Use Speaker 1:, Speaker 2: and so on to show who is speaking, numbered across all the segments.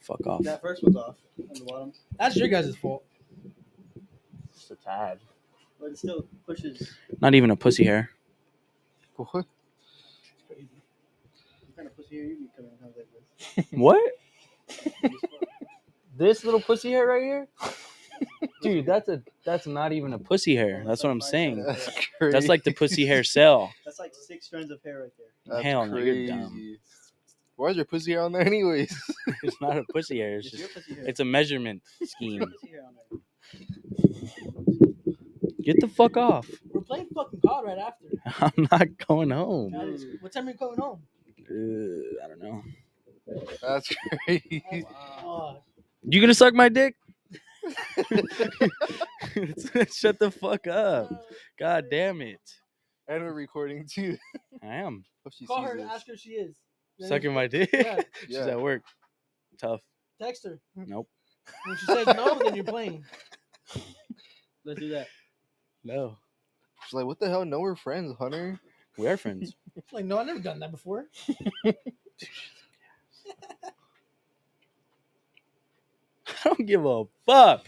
Speaker 1: Fuck off.
Speaker 2: That first one's off on the bottom,
Speaker 3: That's your guys' fault.
Speaker 4: Just a tad.
Speaker 2: but it still pushes.
Speaker 1: Not even a pussy hair.
Speaker 4: What?
Speaker 2: It's crazy. What kind of pussy are you becoming when it comes like
Speaker 1: What?
Speaker 2: this?
Speaker 4: This little pussy hair right here, dude. That's a that's not even a. Pussy.
Speaker 1: Pussy hair. That's what I'm saying.
Speaker 2: That's
Speaker 1: That's like the pussy hair cell.
Speaker 2: That's like six strands of hair right there.
Speaker 4: That's
Speaker 1: Hell no, you're
Speaker 4: crazy.
Speaker 1: dumb.
Speaker 4: Why is your pussy hair on there anyways?
Speaker 1: It's not a pussy hair. It's
Speaker 2: It's your
Speaker 1: just
Speaker 2: pussy hair.
Speaker 1: it's a measurement
Speaker 2: It's your
Speaker 1: scheme.
Speaker 2: pussy hair on there.
Speaker 1: Get the fuck off.
Speaker 3: We're playing fucking COD right after.
Speaker 1: I'm not going home.
Speaker 3: That is- What time are you going home?
Speaker 1: Uh, I don't know.
Speaker 4: That's crazy.
Speaker 3: Oh, Wow.
Speaker 1: You gonna suck my dick? Shut the fuck up. God damn it.
Speaker 4: and we're recording too.
Speaker 1: I am
Speaker 4: Hope she
Speaker 3: Call
Speaker 4: sees
Speaker 3: her and
Speaker 4: this.
Speaker 3: ask her if she is. Then
Speaker 1: sucking my dick.
Speaker 3: Yeah.
Speaker 1: She's
Speaker 4: Yeah.
Speaker 1: at work. Tough.
Speaker 3: Text her.
Speaker 1: Nope.
Speaker 3: When she says no, then you're playing.
Speaker 2: Let's do that.
Speaker 1: No.
Speaker 4: She's like, what the hell? No, we're friends, Hunter.
Speaker 1: We are friends.
Speaker 3: It's like, no, I've never done that before.
Speaker 1: I don't give a fuck.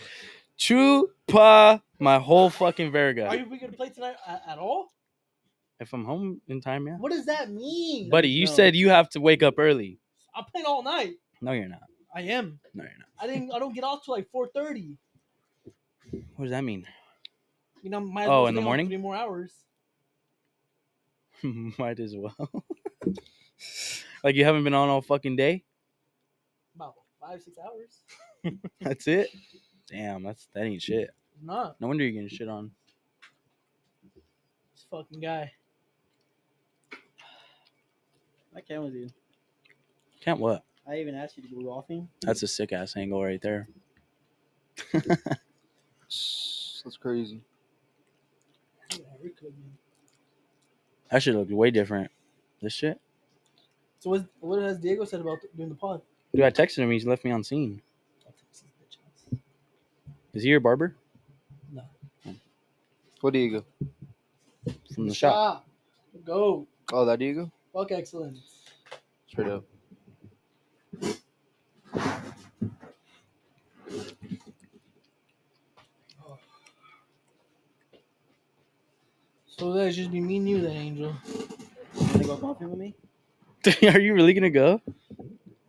Speaker 1: Chupa my whole fucking
Speaker 3: Are
Speaker 1: verga.
Speaker 3: you, we going to play tonight at, at all?
Speaker 1: If I'm home in time, yeah.
Speaker 3: What does that mean?
Speaker 1: Buddy, you
Speaker 2: No.
Speaker 1: said you have to wake up early.
Speaker 3: I'm playing all night.
Speaker 1: No, you're not.
Speaker 3: I am.
Speaker 1: No, you're not.
Speaker 3: I didn't. I don't get off till like 4:30.
Speaker 1: What does that mean?
Speaker 3: You know, might as
Speaker 1: Oh,
Speaker 3: well
Speaker 1: in the
Speaker 3: stay on
Speaker 1: morning?
Speaker 3: Three more hours.
Speaker 1: Might as well. like you haven't been on all fucking day?
Speaker 3: About five, six hours.
Speaker 1: That's it? Damn, that's that ain't shit.
Speaker 3: Nah,
Speaker 1: No wonder you're getting shit on.
Speaker 3: this fucking guy.
Speaker 2: I can with you.
Speaker 1: Can't what?
Speaker 2: I even asked you to go golfing.
Speaker 1: That's a sick ass angle right there.
Speaker 4: That's crazy.
Speaker 3: Yeah, we could, man.
Speaker 1: That shit looked way different. This shit?
Speaker 3: So what? What has Diego said about doing the pod?
Speaker 1: Dude, I texted him. He's left me on scene.
Speaker 3: I'll text this bitch ass.
Speaker 1: Is he your barber?
Speaker 4: What Diego?
Speaker 1: From the shop.
Speaker 3: Go.
Speaker 4: Oh, that Diego?
Speaker 3: Fuck excellence.
Speaker 4: Straight up.
Speaker 3: So that's just be me and you, then Angel.
Speaker 2: You wanna go golfing with me?
Speaker 1: Are you really gonna go?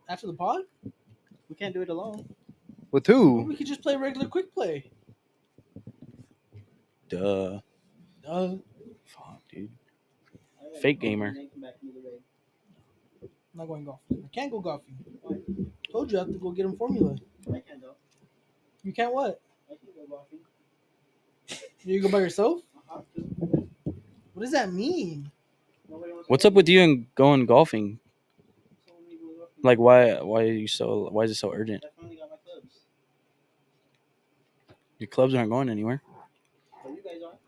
Speaker 3: After the pod,
Speaker 2: We can't do it alone.
Speaker 4: With who?
Speaker 3: we could just play regular quick play.
Speaker 1: Duh.
Speaker 3: Uh, I'm
Speaker 1: Fuck, dude.
Speaker 2: I gotta
Speaker 1: Fake
Speaker 2: go
Speaker 1: gamer.
Speaker 2: and then come back either way.
Speaker 3: not going golfing. I can't go golfing. Told you I have to go get him formula.
Speaker 2: I can though.
Speaker 3: You can't what?
Speaker 2: I can go golfing.
Speaker 3: You go by yourself?
Speaker 2: Uh-huh. too.
Speaker 3: What does that mean?
Speaker 2: Nobody wants to
Speaker 1: What's
Speaker 2: go
Speaker 1: up with you and going golfing?
Speaker 2: So when we go golfing,
Speaker 1: Like, why? Why are you so? Why is it so urgent?
Speaker 2: I finally got my clubs.
Speaker 1: Your clubs aren't going anywhere.
Speaker 2: But you guys aren't.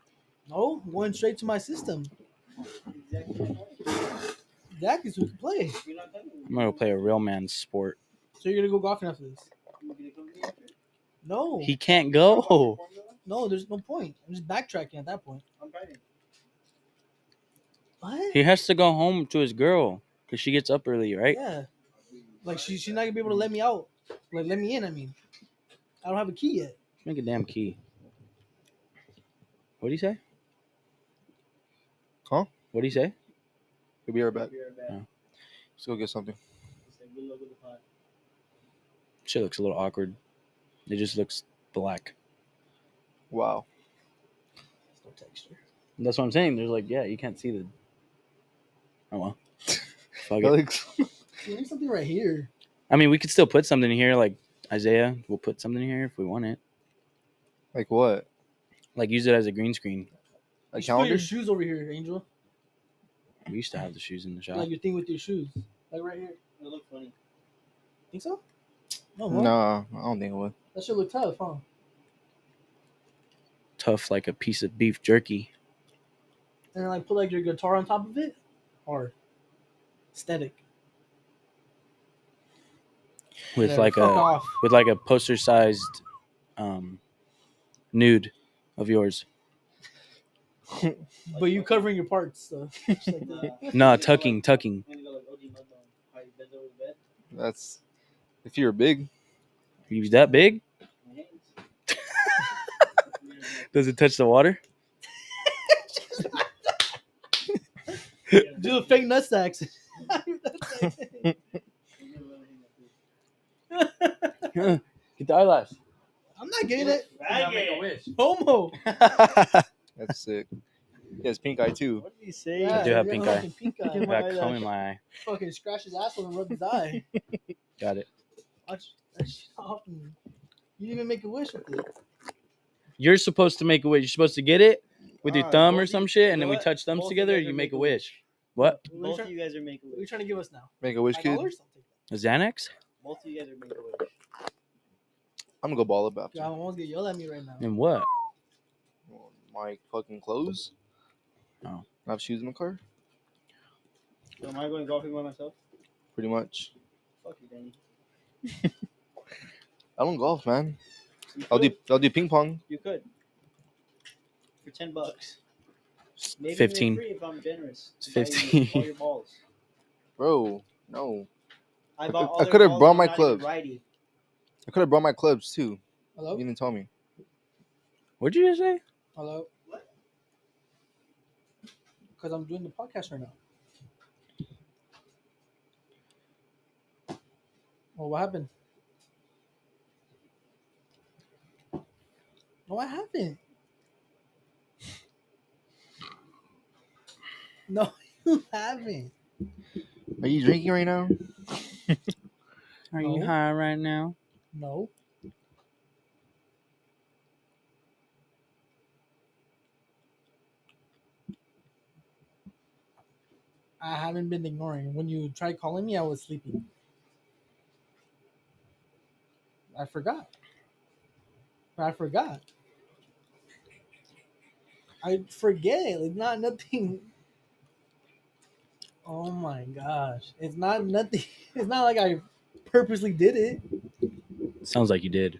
Speaker 3: No, I'm going straight to my system.
Speaker 2: Exactly. right.
Speaker 3: That is who can play.
Speaker 2: You're not coming.
Speaker 1: I'm gonna play a real man's sport.
Speaker 3: So you're gonna go golfing after this?
Speaker 2: You gonna come to me after?
Speaker 3: No.
Speaker 1: He can't
Speaker 4: Oh.
Speaker 1: go.
Speaker 3: no, there's no point. I'm just backtracking at that point.
Speaker 2: I'm driving.
Speaker 3: What?
Speaker 1: He has to go home to his girl because she gets up early, right?
Speaker 3: Yeah. Like she, she's not gonna be able to let me out. Like let me in. I mean, I don't have a key yet.
Speaker 1: Make a damn key. What do you say?
Speaker 4: Huh?
Speaker 1: What do you say?
Speaker 4: We'll be right back.
Speaker 2: Be right back.
Speaker 1: Yeah.
Speaker 4: Let's go get something.
Speaker 2: It's like good luck with the pot.
Speaker 1: Shit looks a little awkward. It just looks black.
Speaker 4: Wow.
Speaker 3: There's no texture.
Speaker 1: That's what I'm saying. There's like, yeah, you can't see the. Oh well. Fuck it.
Speaker 4: Alex.
Speaker 3: See, there's something right here.
Speaker 1: I mean, we could still put something here, like Isaiah. We'll put something here if we want it.
Speaker 4: Like what?
Speaker 1: Like use it as a green screen.
Speaker 4: A
Speaker 3: you should put
Speaker 4: calendar?
Speaker 3: your shoes over here, Angel.
Speaker 1: We used to have the shoes in the shop.
Speaker 3: Like your thing with your shoes. Like right here.
Speaker 2: It looked funny.
Speaker 3: Think so? No. huh?
Speaker 4: Nah, I don't think it would.
Speaker 3: That should look tough, huh?
Speaker 1: Tough like a piece of beef jerky.
Speaker 3: And then like put like your guitar on top of it. Hard. Aesthetic.
Speaker 1: with
Speaker 3: Yeah,
Speaker 1: like a
Speaker 3: fuck off.
Speaker 1: with like a poster sized um nude of yours.
Speaker 3: But you covering your parts, so just like that.
Speaker 1: No, tucking, tucking.
Speaker 2: I'm gonna go like OG Mudbone. How you bend over the bed?
Speaker 4: That's If you were big,
Speaker 1: He was that big? Does it touch the water?
Speaker 3: Do the fake nut sacks.
Speaker 4: get the eyelash.
Speaker 3: I'm not getting it.
Speaker 4: wish.
Speaker 3: Homo.
Speaker 1: I
Speaker 4: That's sick. He has pink eye too.
Speaker 2: What did he say?
Speaker 1: I do have
Speaker 3: you
Speaker 1: pink
Speaker 3: got
Speaker 1: eye.
Speaker 3: fucking Pink eye.
Speaker 1: got cum in my eye.
Speaker 3: fucking scratch his asshole and rub his eye.
Speaker 1: Got it.
Speaker 3: I just- that shit off me. You didn't even make a wish with it.
Speaker 1: You're supposed to make a wish. You're supposed to get it with your
Speaker 2: Alright,
Speaker 1: thumb
Speaker 2: both
Speaker 1: or
Speaker 2: of
Speaker 1: some
Speaker 2: you-
Speaker 1: shit,
Speaker 2: you
Speaker 1: and
Speaker 2: know
Speaker 1: then we
Speaker 2: what?
Speaker 1: touch thumbs
Speaker 2: Both
Speaker 1: together
Speaker 2: together
Speaker 1: and you make a
Speaker 2: make a
Speaker 1: wish. What?
Speaker 2: Both of you guys are making
Speaker 3: What are you
Speaker 2: wish.
Speaker 3: trying to give us now?
Speaker 4: Make a wish,
Speaker 3: Five
Speaker 4: kid.
Speaker 3: dollars or something?
Speaker 1: A Xanax?
Speaker 2: Both of you guys are making wish.
Speaker 4: I'm gonna go ball up after.
Speaker 3: God, my mom's gonna yell at me right now.
Speaker 1: And what?
Speaker 4: My fucking clothes.
Speaker 1: Oh.
Speaker 4: I have shoes in the car.
Speaker 2: So am I going golfing by myself?
Speaker 4: Pretty much.
Speaker 2: Fuck you, Danny.
Speaker 4: I don't golf, man.
Speaker 2: You
Speaker 4: I'll do
Speaker 2: could.
Speaker 4: I'll do ping pong.
Speaker 2: You could. For ten bucks. Maybe they're
Speaker 1: 15.
Speaker 2: free if I'm generous.
Speaker 1: It's
Speaker 2: and buy you All
Speaker 1: 15.
Speaker 2: your balls.
Speaker 4: Bro, no.
Speaker 2: I,
Speaker 4: could-
Speaker 2: bought all
Speaker 4: I
Speaker 2: their
Speaker 4: could've
Speaker 2: balls,
Speaker 4: brought
Speaker 2: I'm
Speaker 4: my
Speaker 2: not even
Speaker 4: clubs.
Speaker 2: Righty.
Speaker 4: I could have brought my clubs too. You
Speaker 1: Oh.
Speaker 3: Hello?
Speaker 4: didn't tell me.
Speaker 1: What'd you just say?
Speaker 3: Hello?
Speaker 2: What?
Speaker 3: Because I'm doing the podcast right now. Well, what happened? What happened? No, you haven't.
Speaker 4: Are you drinking right now?
Speaker 1: Are
Speaker 3: you No.
Speaker 1: high right now?
Speaker 3: No. I haven't been ignoring. When you tried calling me, I was sleeping. I forgot. I forgot. I forget. It's not nothing. Oh my gosh. It's not nothing. It's not like I purposely did it.
Speaker 1: Sounds like you did.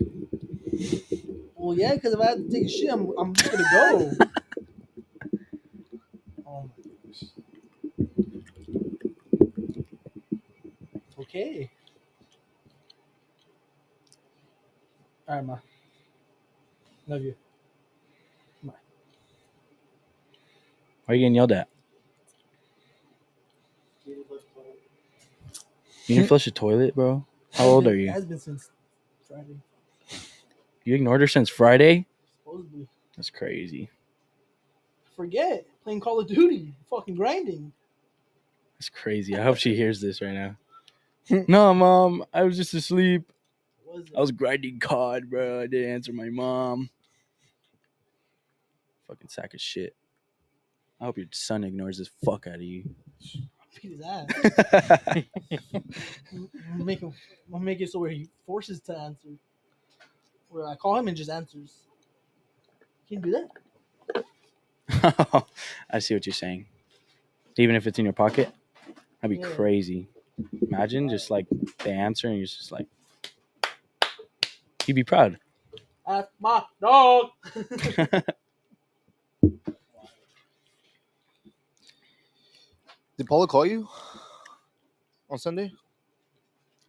Speaker 3: Well, yeah, because if I have to take a shit, I'm, I'm just gonna go. oh my gosh. Okay. All right, ma. Love you.
Speaker 1: Why are you getting yelled at? You didn't flush the toilet, bro. How old are
Speaker 3: It
Speaker 1: you?
Speaker 3: has been since Friday,
Speaker 1: You ignored her since Friday?
Speaker 3: supposedly.
Speaker 1: That's crazy.
Speaker 3: Forget playing Call of Duty, fucking grinding.
Speaker 1: That's crazy. I hope she hears this right now. no, mom, I was just asleep.
Speaker 3: What is it?
Speaker 1: I was grinding COD, bro. I didn't answer my mom. Fucking sack of shit. I hope your son ignores this fuck out of you.
Speaker 3: beat his ass. We'll make him. We'll make it so where he forces to answer. Where I call him and just answers. Can you do that?
Speaker 1: I see what you're saying. Even if it's in your pocket, that'd be
Speaker 3: Yeah.
Speaker 1: crazy. Imagine just like the answer and you're just like, you'd be proud.
Speaker 3: Ask my dog.
Speaker 4: Did Paula call you on Sunday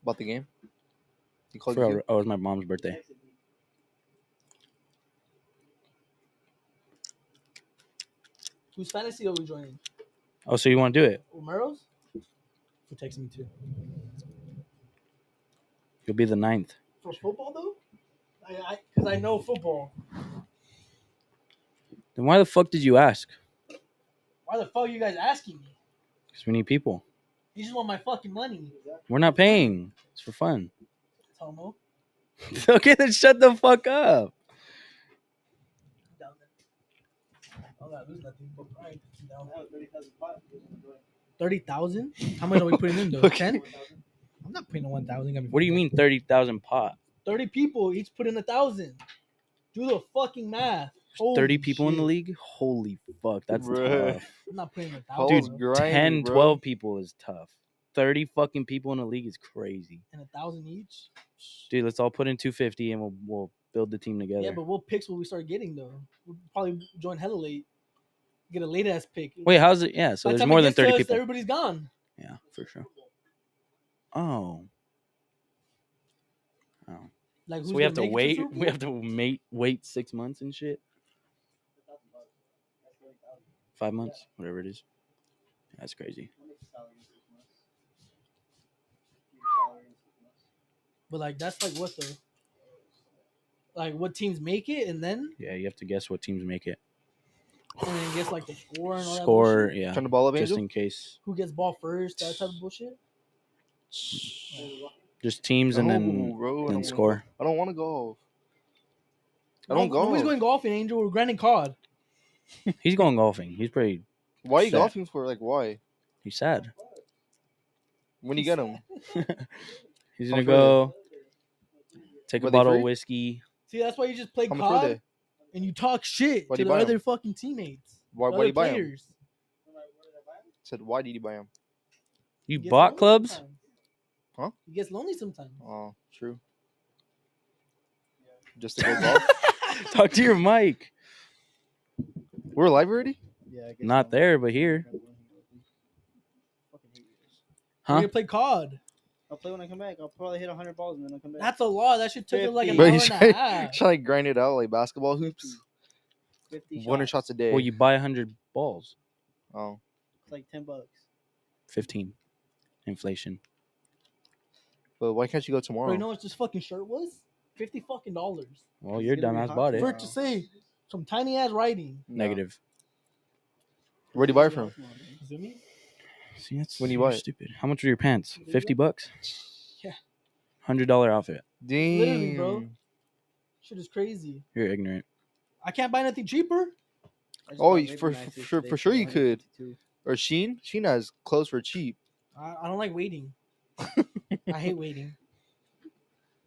Speaker 4: about the game? He called
Speaker 1: For-
Speaker 4: you.
Speaker 1: oh, it was my mom's birthday.
Speaker 3: Whose fantasy are we joining?
Speaker 1: Oh, so you want to do it?
Speaker 3: Romero's? For texting me too.
Speaker 1: You'll be the ninth.
Speaker 3: For football though? I because I, know football.
Speaker 1: Then why the fuck did you ask?
Speaker 3: Why the fuck are you guys asking me?
Speaker 1: Because we need people.
Speaker 3: You just want my fucking money,
Speaker 1: We're not paying. It's for fun.
Speaker 3: Tomo.
Speaker 1: okay, then shut the fuck up.
Speaker 3: Down there. I'm not losing nothing for pride. Down there.
Speaker 2: That was 30,000 bucks. You're gonna enjoy it.
Speaker 3: Thirty thousand? How much are we putting in though?
Speaker 1: Okay.
Speaker 3: Ten?
Speaker 2: 4,000?
Speaker 3: I'm not putting in one thousand.
Speaker 1: What do you mean thirty thousand pot?
Speaker 3: Thirty people each put in a thousand. Do the fucking math. Holy
Speaker 1: Thirty people in the
Speaker 3: shit.
Speaker 1: league? Holy fuck, that's
Speaker 4: Bruh.
Speaker 1: tough.
Speaker 3: I'm not putting in a thousand.
Speaker 4: Paula's
Speaker 1: Dude,
Speaker 3: bro.
Speaker 1: 10,
Speaker 4: grinding, bro.
Speaker 1: 12 people is tough. Thirty fucking people in the league is crazy.
Speaker 3: And a thousand each.
Speaker 1: Dude, let's all put in two fifty and we'll we'll build the team together.
Speaker 3: Yeah, but what picks will we start getting though? We'll probably join hella late. Get a late ass pick.
Speaker 1: Wait, how's it? Yeah, so
Speaker 3: By the
Speaker 1: there's
Speaker 3: time
Speaker 1: more
Speaker 3: it
Speaker 1: than
Speaker 3: gets to
Speaker 1: thirty
Speaker 3: us,
Speaker 1: people.
Speaker 3: Everybody's gone.
Speaker 1: Yeah, for sure. Oh,
Speaker 3: Like,
Speaker 1: So we have to
Speaker 3: gonna make it
Speaker 1: wait.
Speaker 3: Super
Speaker 1: We have
Speaker 3: Bowl?
Speaker 1: to wait wait six months and shit. Five months, whatever it is. That's crazy.
Speaker 3: But like, that's like what though? Like, what teams make it, and then
Speaker 1: Yeah, you have to guess what teams make it.
Speaker 3: and then guess like the score and all that.
Speaker 1: Score,
Speaker 3: bullshit.
Speaker 1: yeah.
Speaker 4: Turn the ball up,
Speaker 1: Just
Speaker 4: Angel.
Speaker 1: in case.
Speaker 3: Who gets ball first? That type of bullshit.
Speaker 1: Just teams and
Speaker 4: No,
Speaker 1: then
Speaker 4: bro, I don't
Speaker 1: then
Speaker 4: wanna-
Speaker 1: score.
Speaker 4: I don't want to golf. I don't
Speaker 3: Nobody's
Speaker 4: golf.
Speaker 3: going golfing, Angel. We're grinding COD.
Speaker 1: He's going golfing. He's pretty
Speaker 4: Why are you
Speaker 1: Sad.
Speaker 4: golfing for? Like, why?
Speaker 1: he's sad.
Speaker 4: When you get them?
Speaker 1: He's gonna
Speaker 4: How much were
Speaker 1: go take a
Speaker 4: Were they
Speaker 1: bottle
Speaker 4: free?
Speaker 1: of whiskey.
Speaker 3: See, that's why you just play
Speaker 4: How much were
Speaker 3: COD
Speaker 4: they?
Speaker 3: and you talk shit
Speaker 4: Why'd
Speaker 3: to
Speaker 4: you
Speaker 3: the
Speaker 4: buy 'em?
Speaker 3: other fucking teammates.
Speaker 4: Why?
Speaker 3: the
Speaker 4: Why
Speaker 3: other
Speaker 4: do you buy them?
Speaker 3: players.
Speaker 4: Said, why did you buy them?
Speaker 1: You
Speaker 3: He gets
Speaker 1: bought
Speaker 3: lonely
Speaker 1: clubs?
Speaker 3: sometimes.
Speaker 4: Huh?
Speaker 3: He gets lonely sometimes.
Speaker 4: Oh, true. Just to go golf.
Speaker 1: Talk to your mic.
Speaker 4: We're live already.
Speaker 2: Yeah, I guess
Speaker 1: Not
Speaker 2: so.
Speaker 1: there, but here.
Speaker 2: Fucking hate you guys.
Speaker 3: Huh?
Speaker 1: Huh?
Speaker 3: You play COD.
Speaker 2: I'll play when I come back. I'll probably hit 100 balls and then I'll come back.
Speaker 3: That's a lot. That should take him like an
Speaker 4: But
Speaker 3: hour
Speaker 4: he's
Speaker 3: and
Speaker 4: trying,
Speaker 3: a half.
Speaker 4: trying to grind it out like basketball hoops.
Speaker 2: 50
Speaker 4: One or
Speaker 2: shots.
Speaker 4: shots a day.
Speaker 1: Well you buy hundred balls.
Speaker 4: oh,
Speaker 2: It's like 10 bucks.
Speaker 1: Fifteen. Inflation.
Speaker 4: but why can't you go tomorrow?
Speaker 3: Bro, you know what this fucking shirt was? Fifty fucking dollars.
Speaker 1: Well
Speaker 2: It's
Speaker 1: your
Speaker 2: gonna be
Speaker 1: dumbass
Speaker 2: hot
Speaker 1: bought it.
Speaker 3: For it to say some tiny ass writing.
Speaker 4: No.
Speaker 1: Negative.
Speaker 4: Where'd you buy it from?
Speaker 3: You feel me?
Speaker 1: See that's
Speaker 4: When you
Speaker 1: you're
Speaker 4: buy it.
Speaker 1: stupid. How much were your pants?
Speaker 3: There you
Speaker 1: Fifty bucks?
Speaker 3: Yeah.
Speaker 1: Hundred dollar outfit.
Speaker 4: Damn.
Speaker 3: Literally, bro. Shit is crazy.
Speaker 1: You're ignorant.
Speaker 3: I can't buy nothing cheaper.
Speaker 2: I just
Speaker 4: Oh,
Speaker 2: bought
Speaker 4: you- for-
Speaker 2: Vapormaxes
Speaker 4: for sure-
Speaker 2: today
Speaker 4: for sure you could.
Speaker 2: 152.
Speaker 4: Or Sheen? Sheen has clothes for cheap.
Speaker 3: I, I don't like waiting. I hate waiting.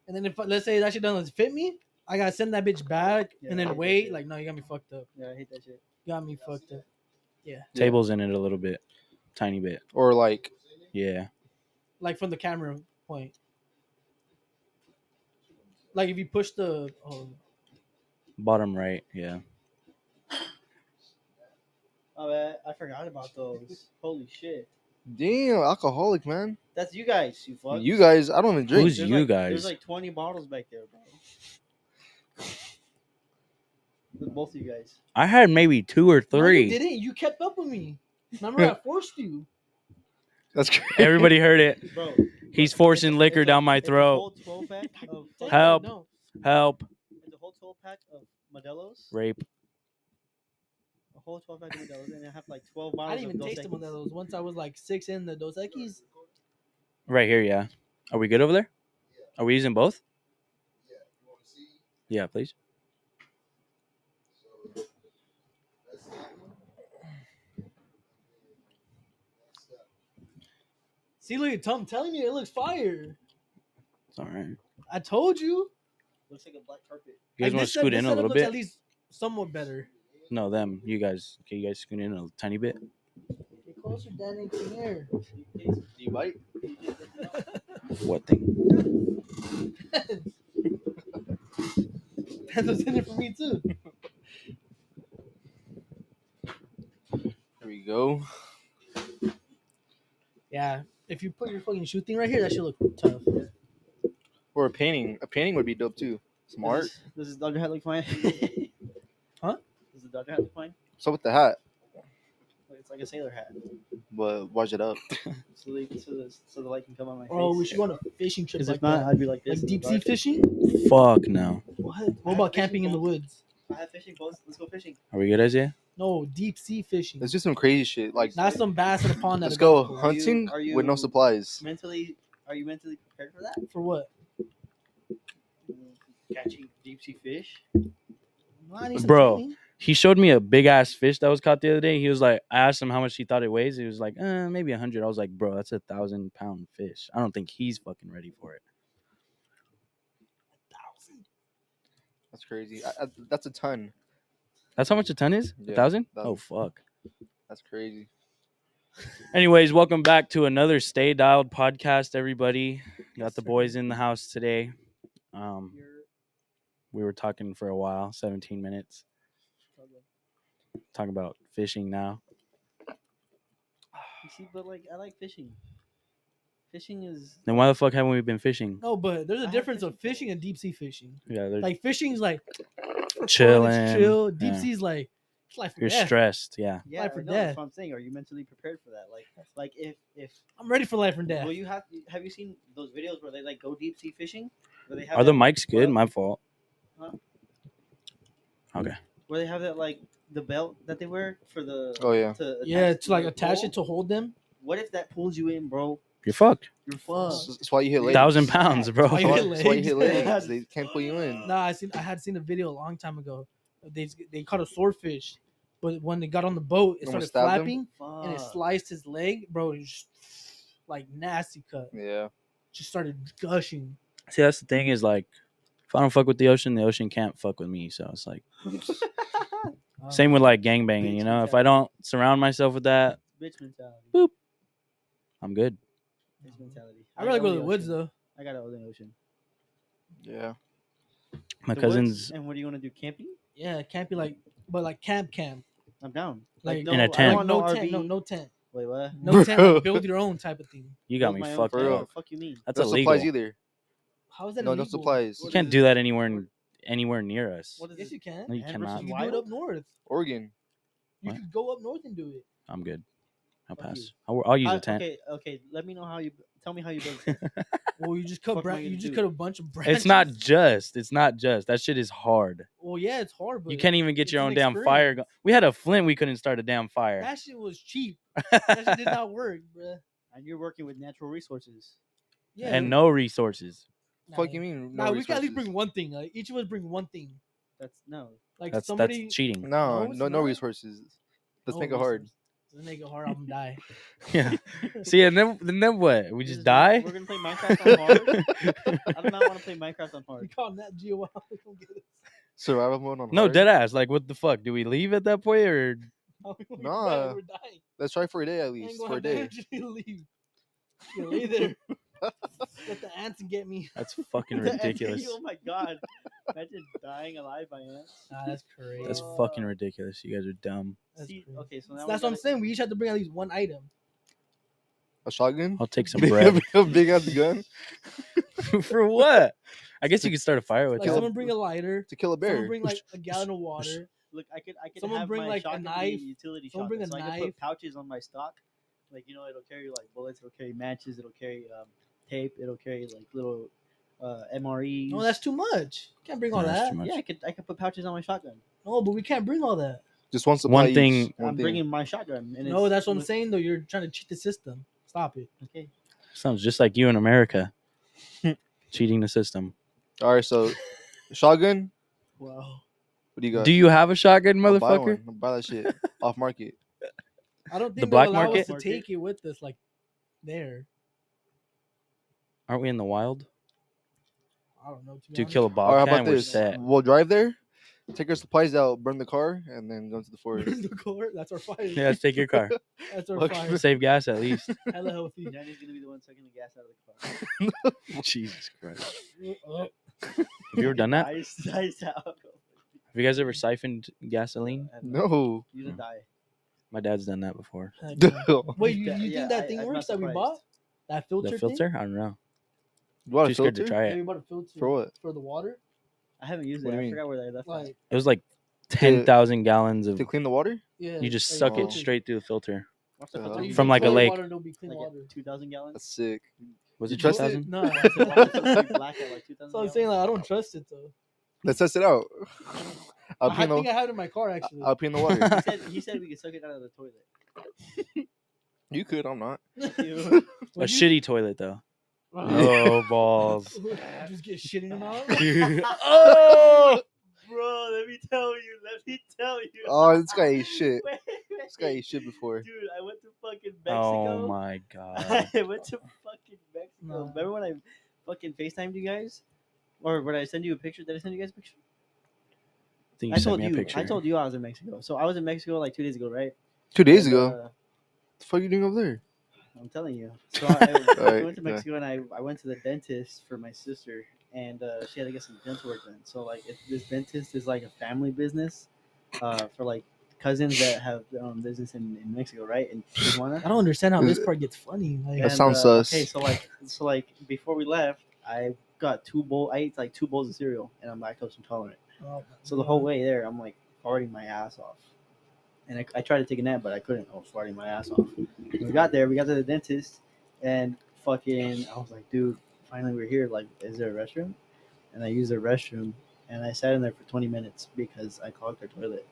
Speaker 3: And then if let's say that shit doesn't fit me, I gotta send that bitch back
Speaker 2: Yeah,
Speaker 3: and
Speaker 2: I hate
Speaker 3: then
Speaker 2: that
Speaker 3: wait.
Speaker 2: shit.
Speaker 3: Like no, you got me fucked up.
Speaker 2: Yeah, I hate that shit.
Speaker 3: You got me fucked up.
Speaker 4: Yeah.
Speaker 1: Tables in it a little bit. Tiny bit.
Speaker 4: Or like,
Speaker 1: Yeah.
Speaker 3: Like from the camera point. Like if you push the oh,
Speaker 1: Bottom right. Yeah.
Speaker 2: Oh, man, I forgot about those. Holy shit.
Speaker 4: damn, alcoholic man.
Speaker 2: That's you guys, you fuck.
Speaker 4: You guys, I don't even drink.
Speaker 1: Who's
Speaker 2: There's
Speaker 1: you
Speaker 2: like-
Speaker 1: guys?
Speaker 2: There's like 20 bottles back there, bro. With both you guys.
Speaker 1: I had maybe two or
Speaker 3: No, you
Speaker 1: three.
Speaker 3: didn't. You kept up with me. Remember, I forced you.
Speaker 4: That's crazy.
Speaker 1: Everybody heard it.
Speaker 2: Bro.
Speaker 1: He's forcing liquor down my
Speaker 2: it's a
Speaker 1: throat.
Speaker 2: whole 12 pack of
Speaker 3: Take it,
Speaker 1: Help.
Speaker 3: No.
Speaker 1: Help.
Speaker 2: It's a whole 12 pack of Modelo's.
Speaker 1: Rape.
Speaker 2: A whole 12 pack of Modelo's, and I have like 12 bottles.
Speaker 3: I didn't even
Speaker 2: of Dos
Speaker 3: taste them on
Speaker 2: Equis.
Speaker 3: those. Once I was like six in the Dos Equis.
Speaker 1: Right here. Yeah. Are we good over there? Are we using both? Yeah, please.
Speaker 3: See, look, Tom, I'm telling you, it looks fire.
Speaker 1: It's all right. You
Speaker 3: I told you.
Speaker 2: Looks like a black carpet.
Speaker 1: guys want
Speaker 3: Like,
Speaker 1: to
Speaker 3: this set-
Speaker 1: scoot
Speaker 3: this
Speaker 1: in a
Speaker 3: setup
Speaker 1: little
Speaker 3: looks At
Speaker 1: bit?
Speaker 3: least somewhat better.
Speaker 1: No, them. You guys. Can you guys scoot in a tiny bit?
Speaker 3: Get closer, Danny. Come here.
Speaker 4: Do you bite?
Speaker 1: What thing?
Speaker 3: That's what's in it for me too.
Speaker 4: There we go.
Speaker 3: Yeah. If you put your fucking shoe thing right here, that should look tough.
Speaker 4: Or a painting. A painting would be dope too. Smart.
Speaker 2: Does this, does this Dodger hat look fine?
Speaker 3: Huh?
Speaker 2: Does the Dodger hat look fine?
Speaker 4: So with the hat,
Speaker 2: Like, It's like a sailor hat.
Speaker 4: but wash it up.
Speaker 2: So, they, so, the, so the light can come on my face.
Speaker 3: Oh, we should go on a fishing trip
Speaker 2: Because
Speaker 3: like
Speaker 2: if not,
Speaker 3: that.
Speaker 2: I'd be like this. in
Speaker 3: Like
Speaker 2: the
Speaker 3: deep sea
Speaker 2: dark.
Speaker 3: fishing?
Speaker 1: Fuck no.
Speaker 3: What? What about camping in the woods?
Speaker 2: I have fishing boats. Let's go fishing.
Speaker 1: Are we good, Isaiah?
Speaker 3: No, deep sea fishing.
Speaker 4: Let's do some crazy shit. Like,
Speaker 3: Not some bass in a pond. at
Speaker 4: let's
Speaker 3: a
Speaker 4: go
Speaker 3: golf course.
Speaker 2: hunt-
Speaker 4: hunting
Speaker 2: Are you-
Speaker 4: with no supplies.
Speaker 2: Mentally, are you mentally prepared for that?
Speaker 3: For what?
Speaker 2: Catching deep sea fish.
Speaker 3: No, I need some
Speaker 1: Bro.
Speaker 3: clothing.
Speaker 1: He showed me a big ass fish that was caught the other day. He was like, I asked him how much he thought it weighs. He was like, uh, maybe a hundred. I was like, bro, that's a thousand pound fish. I don't think he's fucking ready for it.
Speaker 4: That's crazy. I, I, that's a ton.
Speaker 1: That's how much a ton is? A
Speaker 4: Yeah,
Speaker 1: thousand?
Speaker 4: thousand.
Speaker 1: Oh fuck.
Speaker 4: That's crazy.
Speaker 1: Anyways, welcome back to another Stay Dialed podcast, everybody. Got the boys in the house today. Um, we were talking for a while, 17 minutes. Talking about fishing now.
Speaker 2: You see, but like I like fishing. Fishing is
Speaker 1: Then why the fuck haven't we been fishing?
Speaker 3: No, but there's
Speaker 2: I
Speaker 3: a
Speaker 2: have
Speaker 3: difference
Speaker 2: fishing
Speaker 3: of fishing and deep sea fishing.
Speaker 1: Yeah, they're,
Speaker 3: Like fishing's like it's
Speaker 1: Chilling,
Speaker 3: chill. Deep
Speaker 1: yeah.
Speaker 3: sea's like it's life or
Speaker 1: you're
Speaker 3: death.
Speaker 1: stressed. Yeah.
Speaker 2: yeah.
Speaker 3: Life or
Speaker 2: no, that's
Speaker 3: death.
Speaker 2: what I'm saying. Are you mentally prepared for that? Like, like if if
Speaker 3: I'm ready for life or death.
Speaker 2: well, you have have you seen those videos where they like go deep sea fishing? Where they have
Speaker 1: Are the
Speaker 2: that-
Speaker 1: mics good?
Speaker 2: well-
Speaker 1: My fault.
Speaker 2: Huh?
Speaker 1: Okay.
Speaker 2: where they have that like the belt that they wear for the
Speaker 4: Oh yeah.
Speaker 2: to
Speaker 3: yeah,
Speaker 2: attach
Speaker 3: to like
Speaker 2: the
Speaker 3: attach
Speaker 2: pole?
Speaker 3: it to hold them.
Speaker 2: What if that pulls you in, bro?
Speaker 1: You're fucked.
Speaker 2: You're fucked.
Speaker 4: That's that's why you hit legs.
Speaker 1: Thousand pounds, bro.
Speaker 3: Why you
Speaker 4: That's why,
Speaker 3: hit
Speaker 4: that's why you hit
Speaker 3: legs?
Speaker 4: legs. They can't pull you in.
Speaker 3: Nah, I seen I had seen a video a long time ago. They they caught a swordfish, but when they got on the boat, it
Speaker 4: Almost
Speaker 3: started
Speaker 4: stabbed him?
Speaker 3: flapping and it
Speaker 2: Fuck.
Speaker 3: sliced his leg, bro. It was just like nasty cut,
Speaker 4: Yeah.
Speaker 3: just started gushing.
Speaker 1: See, that's the thing is like, if I don't fuck with the ocean, the ocean can't fuck with me. So it's like,
Speaker 3: Uh,
Speaker 1: same with like gangbanging, you know? If I don't surround myself with that,
Speaker 2: Bitch mentality.
Speaker 1: Boop. I'm good.
Speaker 2: Bitch mentality.
Speaker 3: Mm-hmm. I really
Speaker 2: own
Speaker 3: go to the woods
Speaker 2: ocean.
Speaker 3: though.
Speaker 2: I gotta own the ocean.
Speaker 4: Yeah.
Speaker 1: My
Speaker 2: The woods,
Speaker 1: cousin's
Speaker 2: And what do you want to do? Camping?
Speaker 3: Yeah, it can't be like, but like camp camp,
Speaker 2: I'm down.
Speaker 3: like
Speaker 2: no,
Speaker 1: In a
Speaker 2: I
Speaker 1: tent.
Speaker 2: don't
Speaker 3: like,
Speaker 2: want
Speaker 3: no,
Speaker 2: no
Speaker 3: tent,
Speaker 2: RV.
Speaker 3: no no tent,
Speaker 2: Wait, what?
Speaker 3: no tent, like,
Speaker 4: Bro.
Speaker 3: build your own type of thing.
Speaker 1: You got
Speaker 2: Build
Speaker 1: me
Speaker 2: my own
Speaker 1: fucked
Speaker 2: tent.
Speaker 4: bro.
Speaker 1: up.
Speaker 2: Fuck you mean?
Speaker 1: That's
Speaker 4: no
Speaker 1: illegal.
Speaker 4: supplies either.
Speaker 3: How is that?
Speaker 4: No, no
Speaker 3: illegal?
Speaker 4: supplies.
Speaker 1: You
Speaker 2: What
Speaker 1: can't
Speaker 2: is
Speaker 1: do
Speaker 2: it?
Speaker 1: that anywhere in, anywhere near us.
Speaker 2: What is
Speaker 3: Yes,
Speaker 2: it?
Speaker 3: you can.
Speaker 1: No, you
Speaker 2: Anderson
Speaker 1: cannot.
Speaker 3: You
Speaker 2: Wild?
Speaker 3: can do it up north.
Speaker 4: Oregon.
Speaker 3: You
Speaker 1: What?
Speaker 3: could go up north and do it.
Speaker 1: I'm good. I'll
Speaker 2: Fuck you.
Speaker 1: pass. I'll, I'll use
Speaker 2: I-
Speaker 1: a tent.
Speaker 2: Uh, Okay, okay. Let me know how you tell me how you build. a tent.
Speaker 3: Well, you just cut
Speaker 2: Fuck
Speaker 3: bra-
Speaker 2: am I
Speaker 3: you
Speaker 2: gonna
Speaker 3: just
Speaker 2: do?
Speaker 3: cut a bunch of branches.
Speaker 1: It's not just. It's not just. That shit is hard.
Speaker 3: Well, yeah, it's hard, but
Speaker 1: You can't even get
Speaker 3: it's
Speaker 1: your
Speaker 3: an
Speaker 1: own damn fire. Go- we had a flint. We couldn't start a damn fire.
Speaker 3: That shit was cheap. That shit did not work, bruh.
Speaker 2: and you're working with natural resources.
Speaker 3: Yeah,
Speaker 1: and no resources.
Speaker 3: nah,
Speaker 4: Fuck you mean? No
Speaker 3: nah, we can at least
Speaker 4: resources?
Speaker 3: bring one thing. Like each of us bring one thing.
Speaker 2: That's no.
Speaker 3: Like
Speaker 1: That's
Speaker 3: somebody.
Speaker 1: that's cheating.
Speaker 3: No,
Speaker 4: No,
Speaker 3: it's
Speaker 4: no, no
Speaker 3: not.
Speaker 4: resources. Let's
Speaker 2: Oh,
Speaker 3: No
Speaker 4: make it hard.
Speaker 3: resources. Let's make it hard. I'm gonna die.
Speaker 1: Yeah. See, and then and then what? We
Speaker 2: This
Speaker 1: just
Speaker 2: is gonna-
Speaker 1: die?
Speaker 2: We're gonna play Minecraft on hard. I do not want to play Minecraft on
Speaker 3: We
Speaker 2: hard.
Speaker 3: call that Geo. Wild, we gonna get it.
Speaker 4: Survival mode on.
Speaker 1: No,
Speaker 4: hard?
Speaker 1: dead ass. Like, what the fuck? Do we leave at that point or
Speaker 3: How we gonna die?
Speaker 4: Nah,
Speaker 3: we're dying.
Speaker 4: Let's try for a day at
Speaker 3: I ain't
Speaker 4: least.
Speaker 3: gonna
Speaker 4: For a
Speaker 3: have the
Speaker 4: day.
Speaker 3: energy to leave. You lay there. Let the ants get me.
Speaker 1: that's fucking
Speaker 2: The NBA,
Speaker 1: ridiculous?
Speaker 2: Oh my god! Imagine dying alive by ants.
Speaker 3: Nah, that's crazy.
Speaker 1: That's
Speaker 2: Uh,
Speaker 1: fucking ridiculous. You guys are dumb.
Speaker 3: That's
Speaker 2: See,
Speaker 3: crazy.
Speaker 2: okay, so
Speaker 3: So
Speaker 2: now
Speaker 3: that's
Speaker 2: we
Speaker 3: what I'm
Speaker 2: gotta-
Speaker 3: saying. We each have to bring at least one item.
Speaker 4: A shotgun.
Speaker 1: I'll take some
Speaker 4: Big-
Speaker 1: bread
Speaker 4: a big ass gun
Speaker 1: for what? I guess you could start a fire with
Speaker 3: Like
Speaker 4: kill-
Speaker 1: it.
Speaker 3: someone bring a lighter.
Speaker 4: to kill a
Speaker 3: Someone
Speaker 4: bear.
Speaker 3: bring like a gallon of water.
Speaker 2: Look, I could, I could
Speaker 3: Someone
Speaker 2: have
Speaker 3: bring,
Speaker 2: my
Speaker 3: like, a
Speaker 2: shotgun be
Speaker 3: knife.
Speaker 2: utility
Speaker 3: Someone
Speaker 2: shotgun,
Speaker 3: bring a
Speaker 2: so I could
Speaker 3: knife.
Speaker 2: put pouches on my stock. Like you know, it'll carry like bullets, it'll carry matches, it'll carry um, tape, it'll carry like little uh, MREs.
Speaker 3: No, that's too much. Can't bring all
Speaker 1: No, that's
Speaker 3: that.
Speaker 1: too much.
Speaker 2: yeah. I could, I could put pouches on my shotgun.
Speaker 3: No, but we can't bring all that.
Speaker 4: Just one supply. each,
Speaker 1: thing-
Speaker 4: One
Speaker 2: I'm
Speaker 4: thing.
Speaker 2: bringing my shotgun. And
Speaker 3: No,
Speaker 2: it's-
Speaker 3: that's what I'm
Speaker 2: with-
Speaker 3: saying though. You're trying to cheat the system. Stop it.
Speaker 2: Okay.
Speaker 1: Sounds just like you in America. Cheating the system.
Speaker 4: All right, so shotgun.
Speaker 3: Wow.
Speaker 4: What do you got?
Speaker 1: Do you have a shotgun,
Speaker 4: I'll buy
Speaker 1: motherfucker?
Speaker 4: one. I'll buy that shit off market.
Speaker 3: I don't
Speaker 1: The
Speaker 3: think
Speaker 1: black
Speaker 3: they'll allow us to
Speaker 2: market?
Speaker 3: take it with us like there.
Speaker 1: Aren't we in the wild?
Speaker 3: I don't know. To be
Speaker 1: Do you
Speaker 3: honest.
Speaker 1: kill a
Speaker 4: All right, how
Speaker 1: bobcat
Speaker 4: about
Speaker 1: and we're
Speaker 4: this?
Speaker 1: set.
Speaker 4: We'll drive there, take our supplies out, burn the car, and then go into the forest.
Speaker 3: Burn the car. That's our fire.
Speaker 1: Yeah, let's take your car.
Speaker 3: That's our
Speaker 4: Look,
Speaker 3: fire.
Speaker 1: Save gas at least.
Speaker 3: Hella healthy.
Speaker 2: Johnny's gonna be the one sucking the gas out of the car.
Speaker 1: Jesus Christ. Have
Speaker 3: Oh,
Speaker 1: you ever done that? Have
Speaker 2: Ice, ice out.
Speaker 1: you guys ever siphoned gasoline?
Speaker 4: no.
Speaker 2: You gonna die.
Speaker 1: My dad's done that before.
Speaker 3: heck no.
Speaker 4: Do
Speaker 3: Wait, you,
Speaker 2: Yeah,
Speaker 3: you think
Speaker 2: yeah,
Speaker 3: that
Speaker 2: I-
Speaker 3: thing
Speaker 2: I'm not
Speaker 3: works that we
Speaker 2: surprised.
Speaker 3: bought? That filter
Speaker 1: The
Speaker 3: thing?
Speaker 1: filter? I don't know.
Speaker 4: you want
Speaker 1: Too
Speaker 4: a
Speaker 1: scared to
Speaker 4: filter?
Speaker 1: try
Speaker 3: Yeah, we
Speaker 1: it.
Speaker 3: bought a filter
Speaker 4: For what?
Speaker 3: For the water?
Speaker 2: I haven't used it.
Speaker 4: What do you
Speaker 2: I
Speaker 4: mean?
Speaker 2: forgot where I left. off.
Speaker 3: Like,
Speaker 1: It was like 10,000 gallons of.
Speaker 4: To clean the water?
Speaker 3: yeah.
Speaker 1: You just
Speaker 3: like
Speaker 1: suck it
Speaker 2: Oh.
Speaker 4: filter.
Speaker 3: filter.
Speaker 1: straight through the filter.
Speaker 2: What's the
Speaker 4: Uh,
Speaker 2: filter
Speaker 3: So you
Speaker 2: use?
Speaker 1: From
Speaker 3: drink
Speaker 1: like a
Speaker 3: clean
Speaker 1: lake.
Speaker 3: Water, it'll be clean
Speaker 2: Like
Speaker 3: water.
Speaker 2: two thousand gallons.
Speaker 4: That's sick.
Speaker 1: Was
Speaker 4: You
Speaker 1: it
Speaker 4: trust it?
Speaker 1: 2,000?
Speaker 3: No.
Speaker 2: Why is it- why is it supposed to be
Speaker 3: That's
Speaker 2: black at like 2,000
Speaker 3: what I'm saying. Like, I don't trust it though.
Speaker 4: Let's test it out. I'll
Speaker 3: I
Speaker 4: pee in
Speaker 3: think I
Speaker 4: the,
Speaker 3: had it in my car actually.
Speaker 4: I'll pee in the water.
Speaker 2: gallons? he said he said we could suck it out of the toilet.
Speaker 4: you could, I'm not.
Speaker 2: Ew.
Speaker 1: A shitty toilet, though.
Speaker 4: Oh.
Speaker 1: balls.
Speaker 3: just get shit in your mouth.
Speaker 1: oh!
Speaker 2: Bro, let me tell you. Let me tell you.
Speaker 4: Oh, this guy ate shit.
Speaker 2: Wait,
Speaker 4: This guy
Speaker 2: wait.
Speaker 4: ate shit before.
Speaker 2: Dude, I went to fucking Mexico.
Speaker 1: Oh my god.
Speaker 2: I went to fucking Mexico.
Speaker 3: No.
Speaker 2: Remember when I fucking FaceTimed you guys? Or when I send you a picture? Did I send you guys a picture?
Speaker 1: I think you
Speaker 2: I
Speaker 1: sent
Speaker 2: told
Speaker 1: me a
Speaker 2: you.
Speaker 1: picture.
Speaker 2: I told you I was in Mexico. So I was in Mexico like two days ago, right?
Speaker 4: Two days
Speaker 2: And,
Speaker 4: ago.
Speaker 2: uh,
Speaker 4: the fuck you doing over there?
Speaker 2: I'm telling you. So I, I
Speaker 4: Alright,
Speaker 2: went to
Speaker 4: yeah.
Speaker 2: Mexico and I, I went to the dentist for my sister, and uh, she had to get some dental work done. So like, if this dentist is like a family business, uh, for like cousins that have their own business in, in Mexico, right? In Tijuana.
Speaker 3: I don't understand how this part gets funny. Like,
Speaker 4: That sounds sus.
Speaker 2: uh, Okay, so like, so like before we left, I got two bowl. I ate like two bowls of cereal, and I'm lactose intolerant.
Speaker 3: oh,
Speaker 2: So the whole way there, I'm like farting my ass off, and I, I tried to take a nap, but I couldn't. I was farting my ass off. We got there. We got to the dentist, and fucking, I was like, dude, finally we're here. Like, is there a restroom? And I used the restroom, and I sat in there for 20 minutes because I clogged their toilet.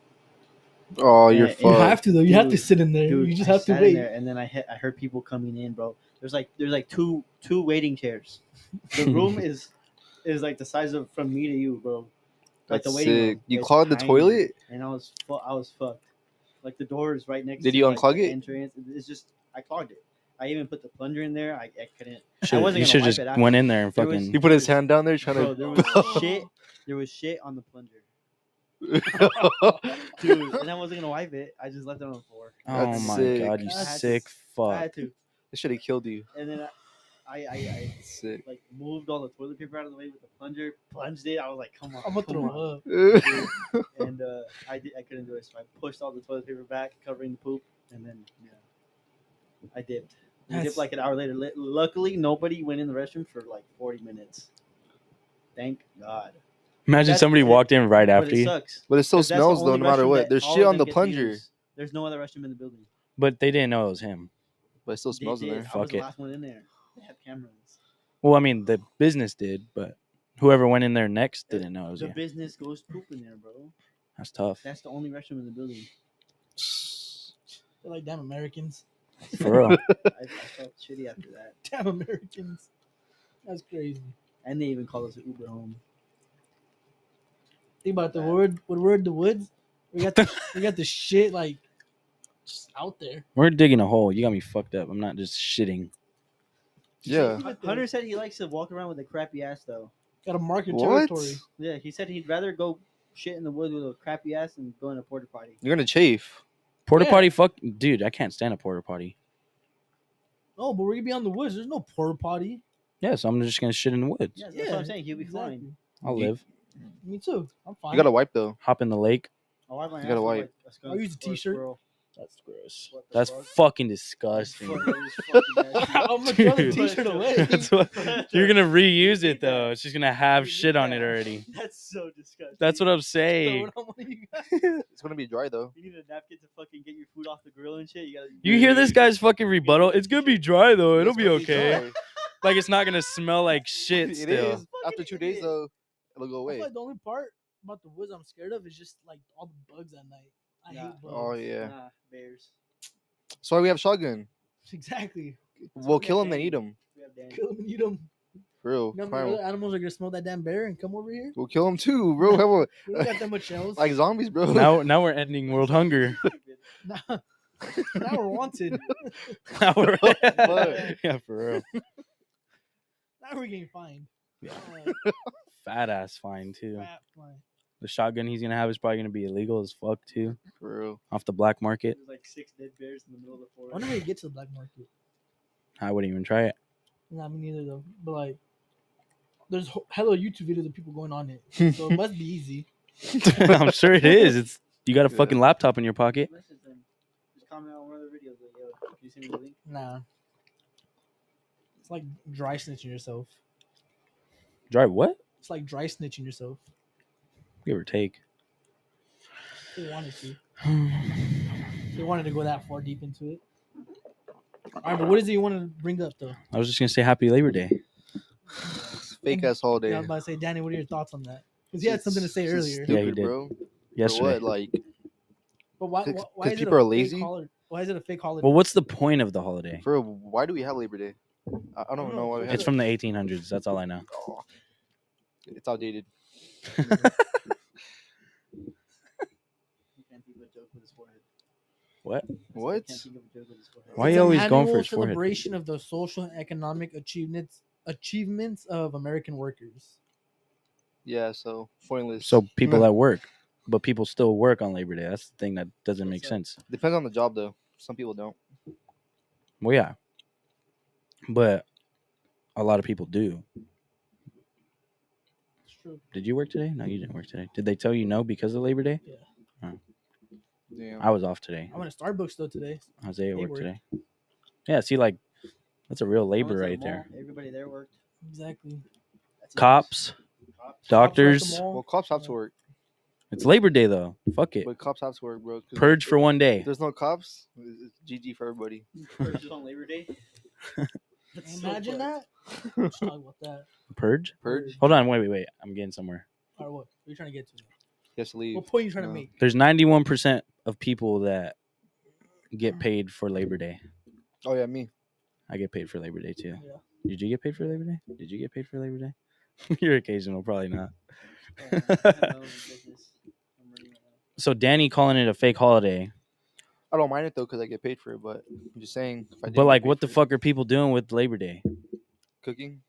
Speaker 4: Oh, you're
Speaker 2: Yeah,
Speaker 3: you have
Speaker 4: fucked.
Speaker 3: to though. You have to
Speaker 2: Dude,
Speaker 3: sit in there.
Speaker 2: Dude,
Speaker 3: you just
Speaker 2: I
Speaker 3: have to
Speaker 2: sat in
Speaker 3: wait.
Speaker 2: there, and then I hit, I heard people coming in, bro. There's like there's like two two waiting chairs. The room is is like the size of from me to you, bro. Like
Speaker 4: That's
Speaker 2: waiting room
Speaker 4: sick. You
Speaker 2: is
Speaker 4: clogged the
Speaker 2: tiny,
Speaker 4: toilet?
Speaker 2: and I was fu- I was fucked. Like the door is right next.
Speaker 4: Did
Speaker 2: to,
Speaker 4: you
Speaker 2: like,
Speaker 4: unclog
Speaker 2: the
Speaker 4: it?
Speaker 2: Entrance. It's just I clogged it. I even put the plunger in there. I, I couldn't.
Speaker 1: Should,
Speaker 2: wasn't
Speaker 1: you
Speaker 2: gonna
Speaker 1: should
Speaker 2: wipe
Speaker 1: just
Speaker 2: it
Speaker 1: went in there and
Speaker 2: There was-
Speaker 1: fucking.
Speaker 4: He put his hand down there trying
Speaker 2: Bro, there was shit. There was shit on the plunger,
Speaker 4: to.
Speaker 2: dude. And I wasn't gonna wipe it. I just left it on the floor.
Speaker 1: oh
Speaker 4: That's
Speaker 1: my
Speaker 4: sick.
Speaker 1: god, you
Speaker 2: I had to-
Speaker 1: sick
Speaker 2: I
Speaker 1: fuck!
Speaker 2: had to,
Speaker 4: That should have killed you.
Speaker 2: and then I, I, I, I
Speaker 4: Sick.
Speaker 2: like moved all the toilet paper out of the way with the plunger, plunged it. I was like, come on,
Speaker 3: I'm gonna
Speaker 2: come
Speaker 3: throw
Speaker 2: on.
Speaker 3: up.
Speaker 2: and uh, I did, I couldn't do it, so I pushed all the toilet paper back, covering the poop, and then yeah, I dipped. We
Speaker 3: That's-
Speaker 2: dipped like an hour later. Li- Luckily, nobody went in the restroom for like forty minutes. Thank God.
Speaker 1: Imagine
Speaker 2: that's
Speaker 1: somebody
Speaker 2: it.
Speaker 1: walked in right
Speaker 2: But
Speaker 1: after
Speaker 2: it
Speaker 1: you,
Speaker 2: sucks.
Speaker 4: But it still
Speaker 2: 'cause that's the
Speaker 4: smells though,
Speaker 2: only
Speaker 4: no matter
Speaker 2: restroom
Speaker 4: what.
Speaker 2: that
Speaker 4: There's
Speaker 2: all
Speaker 4: shit
Speaker 2: of
Speaker 4: on
Speaker 2: them
Speaker 4: the
Speaker 2: get to
Speaker 4: plunger,
Speaker 2: use. There's no other restroom in the building.
Speaker 1: but they didn't know it was him.
Speaker 4: but it still
Speaker 2: They
Speaker 4: smells in
Speaker 2: did.
Speaker 4: there.
Speaker 2: I was
Speaker 1: Fuck
Speaker 2: the
Speaker 1: it.
Speaker 2: last one in there. They have cameras.
Speaker 1: Well, I mean, the business did, but whoever went in there next didn't know it was
Speaker 2: The
Speaker 1: you.
Speaker 2: business goes poop in there, bro.
Speaker 1: That's tough
Speaker 2: That's the only restroom in the building.
Speaker 3: They're like damn Americans.
Speaker 1: for real.
Speaker 2: I, I felt shitty after that.
Speaker 3: Damn Americans. That's crazy.
Speaker 2: And they even called us an Uber home.
Speaker 3: Think about the
Speaker 2: Bad.
Speaker 3: word. When we're in the woods, we got the, we got the shit like just out there.
Speaker 1: We're digging a hole. You got me fucked up. I'm not just shitting.
Speaker 4: Yeah.
Speaker 3: Look at that.
Speaker 2: Hunter said he likes to walk around with a crappy ass, though.
Speaker 3: Got to mark your
Speaker 4: What?
Speaker 3: territory.
Speaker 2: Yeah, he said he'd rather go shit in the woods with a crappy ass than go in a porta potty.
Speaker 4: You're gonna chafe.
Speaker 1: Porta
Speaker 3: Yeah.
Speaker 1: potty, fuck, dude. I can't stand a porta potty.
Speaker 3: No, but we're gonna be on the woods. There's no porta potty.
Speaker 1: Yeah, so I'm just gonna shit in the woods.
Speaker 2: Yeah, that's what I'm saying. He'll be fine.
Speaker 3: exactly.
Speaker 1: I'll
Speaker 4: You-
Speaker 1: live.
Speaker 3: Me too. I'm fine.
Speaker 4: You gotta wipe though.
Speaker 1: Hop in the lake.
Speaker 2: I'll wipe my
Speaker 4: You gotta
Speaker 2: ass with,
Speaker 4: wipe.
Speaker 2: like, a skunk
Speaker 3: I'll use a
Speaker 2: or
Speaker 3: t-shirt.
Speaker 2: squirrel.
Speaker 1: That's gross.
Speaker 2: What the
Speaker 1: That's
Speaker 2: fuck?
Speaker 1: fucking
Speaker 2: That's
Speaker 1: disgusting.
Speaker 2: fucking- that is fucking nasty.
Speaker 3: I'm gonna throw the
Speaker 1: Dude.
Speaker 3: t-shirt away.
Speaker 1: That's what you're gonna reuse it though. It's just gonna have
Speaker 2: You
Speaker 1: shit
Speaker 2: need
Speaker 1: on
Speaker 2: that.
Speaker 1: it already.
Speaker 2: That's so disgusting.
Speaker 1: That's what I'm
Speaker 3: Throw
Speaker 1: saying.
Speaker 3: it on one of you guys.
Speaker 4: It's gonna be dry though.
Speaker 2: You need a napkin to fucking get your food off the grill and shit. You gotta.
Speaker 1: You hear this guy's fucking rebuttal? It's gonna be dry though. It'll
Speaker 4: It's
Speaker 1: be
Speaker 4: gonna
Speaker 1: okay.
Speaker 4: dry.
Speaker 1: Like it's not gonna smell like shit
Speaker 4: It
Speaker 1: still.
Speaker 4: is. After two days
Speaker 2: Fucking
Speaker 4: though, it'll go
Speaker 3: That's
Speaker 4: away.
Speaker 3: why the only part about the woods I'm scared of is just like all the bugs at night. I
Speaker 2: Nah.
Speaker 3: hate bugs.
Speaker 4: Oh yeah.
Speaker 2: Nah, bears.
Speaker 4: That's why we have shotgun.
Speaker 3: Exactly.
Speaker 4: We'll
Speaker 2: we
Speaker 4: kill
Speaker 2: have
Speaker 4: them and
Speaker 2: Danny.
Speaker 4: eat them.
Speaker 2: We have Danny.
Speaker 3: Kill them and eat them.
Speaker 4: For real.
Speaker 3: You know how many
Speaker 4: Primal.
Speaker 3: other animals are gonna smell that damn bear and come over here?
Speaker 4: We'll kill them too, bro. Come on.
Speaker 3: We don't got that much else.
Speaker 4: Like zombies, bro.
Speaker 1: Now, now we're ending world hunger.
Speaker 3: now, now we're wanted.
Speaker 1: Now we're-
Speaker 4: Fuck.
Speaker 1: yeah, for real.
Speaker 3: Now we're getting fined. Uh,
Speaker 1: Fat ass fine too.
Speaker 3: crap, fine.
Speaker 1: The shotgun he's gonna have is probably gonna be illegal as fuck too,
Speaker 4: For real.
Speaker 1: off the black market.
Speaker 2: There's like six dead bears in the middle of the
Speaker 3: I
Speaker 2: forest.
Speaker 3: wonder if we get to the black market.
Speaker 1: I wouldn't even try it.
Speaker 3: Nah, me neither though. But like, there's ho- hello YouTube videos of people going on it, so it must be easy.
Speaker 1: I'm sure it is. It's you got a
Speaker 4: Yeah.
Speaker 1: fucking laptop in your pocket.
Speaker 2: Message them. Just comment on one of the videos. Like, yo, can you send me the link?
Speaker 3: Nah, it's like dry snitching yourself.
Speaker 1: Drive what?
Speaker 3: It's like dry snitching yourself.
Speaker 1: Give or take.
Speaker 3: They wanted to. They wanted to go that far deep into it. All right, but what is it you want to bring up though?
Speaker 1: I was just gonna say Happy Labor Day.
Speaker 4: Fake ass holiday.
Speaker 3: Yeah, I was about to say, Danny, what are your thoughts on that? Because he had something to say
Speaker 4: It's just
Speaker 3: earlier.
Speaker 1: Yeah, he
Speaker 4: Stupid,
Speaker 1: did.
Speaker 4: bro. For
Speaker 1: Yesterday.
Speaker 4: what? Like
Speaker 3: But why?
Speaker 4: 'Cause-
Speaker 3: Why,
Speaker 4: 'cause
Speaker 3: why is it
Speaker 4: people
Speaker 3: a
Speaker 4: are
Speaker 3: fake
Speaker 4: lazy.
Speaker 3: holiday? Why is it a fake holiday?
Speaker 1: Well, what's the point of the holiday?
Speaker 4: for real, why do we have Labor Day? I, I don't know why we have
Speaker 1: It's
Speaker 4: it.
Speaker 1: from the 1800s. That's all I know.
Speaker 4: Oh. It's outdated.
Speaker 2: He can't think of a joke with his forehead.
Speaker 1: What?
Speaker 2: I said he
Speaker 4: What?
Speaker 2: Can't think of a joke with his forehead.
Speaker 1: Why
Speaker 3: It's
Speaker 1: you
Speaker 3: an
Speaker 1: always going for
Speaker 3: annual
Speaker 1: his forehead?
Speaker 3: celebration of the social and economic achievements achievements of American workers.
Speaker 4: Yeah, so pointless.
Speaker 1: So people that work, but people still work on Labor Day. That's the thing that doesn't make sense.
Speaker 4: depends on the job though. Some people don't.
Speaker 1: Well, yeah, but a lot of people do.
Speaker 3: It's true.
Speaker 1: Did you work today? No, you didn't work today. Did they tell you no because of Labor Day?
Speaker 4: Damn.
Speaker 1: I was off today.
Speaker 3: I went to Starbucks though today.
Speaker 1: Jose worked
Speaker 3: worked.
Speaker 1: today. Yeah, see, like that's a real labor
Speaker 2: Everyone's at
Speaker 1: right
Speaker 2: the
Speaker 1: there.
Speaker 2: mall. Everybody there worked.
Speaker 3: Exactly.
Speaker 2: That's
Speaker 1: Cops,
Speaker 2: nice. Cops.
Speaker 1: doctors.
Speaker 4: Well, cops have to work,
Speaker 1: It's Labor Day though. Fuck it.
Speaker 4: but cops have to work, bro. 'cause
Speaker 1: Purge
Speaker 4: if
Speaker 1: for one day.
Speaker 4: There's no cops. It's GG for everybody.
Speaker 2: Or just on Labor Day. That's so
Speaker 3: Imagine
Speaker 2: fucked.
Speaker 3: that. Let's talk about that.
Speaker 1: Purge.
Speaker 4: Purge.
Speaker 1: Hold on. Wait, wait, wait. I'm getting somewhere.
Speaker 3: All right, what? What are you trying to get to?
Speaker 4: He has to leave.
Speaker 3: What point are you trying
Speaker 4: No.
Speaker 3: to make?
Speaker 1: There's 91% of people that get paid for Labor Day.
Speaker 4: Oh yeah, me.
Speaker 1: I get paid for Labor Day too.
Speaker 3: Yeah.
Speaker 1: Did you get paid for Labor Day? Did you get paid for Labor Day? You're occasional, probably not.
Speaker 2: Oh, I have my own business. I'm running it now.
Speaker 1: So Danny calling it a fake holiday,
Speaker 4: I don't mind it though, cause I get paid for it. But I'm just saying. If I didn't
Speaker 1: but
Speaker 4: get
Speaker 1: like,
Speaker 4: paid
Speaker 1: what the
Speaker 4: for it-
Speaker 1: fuck are people doing with Labor Day?
Speaker 4: Cooking,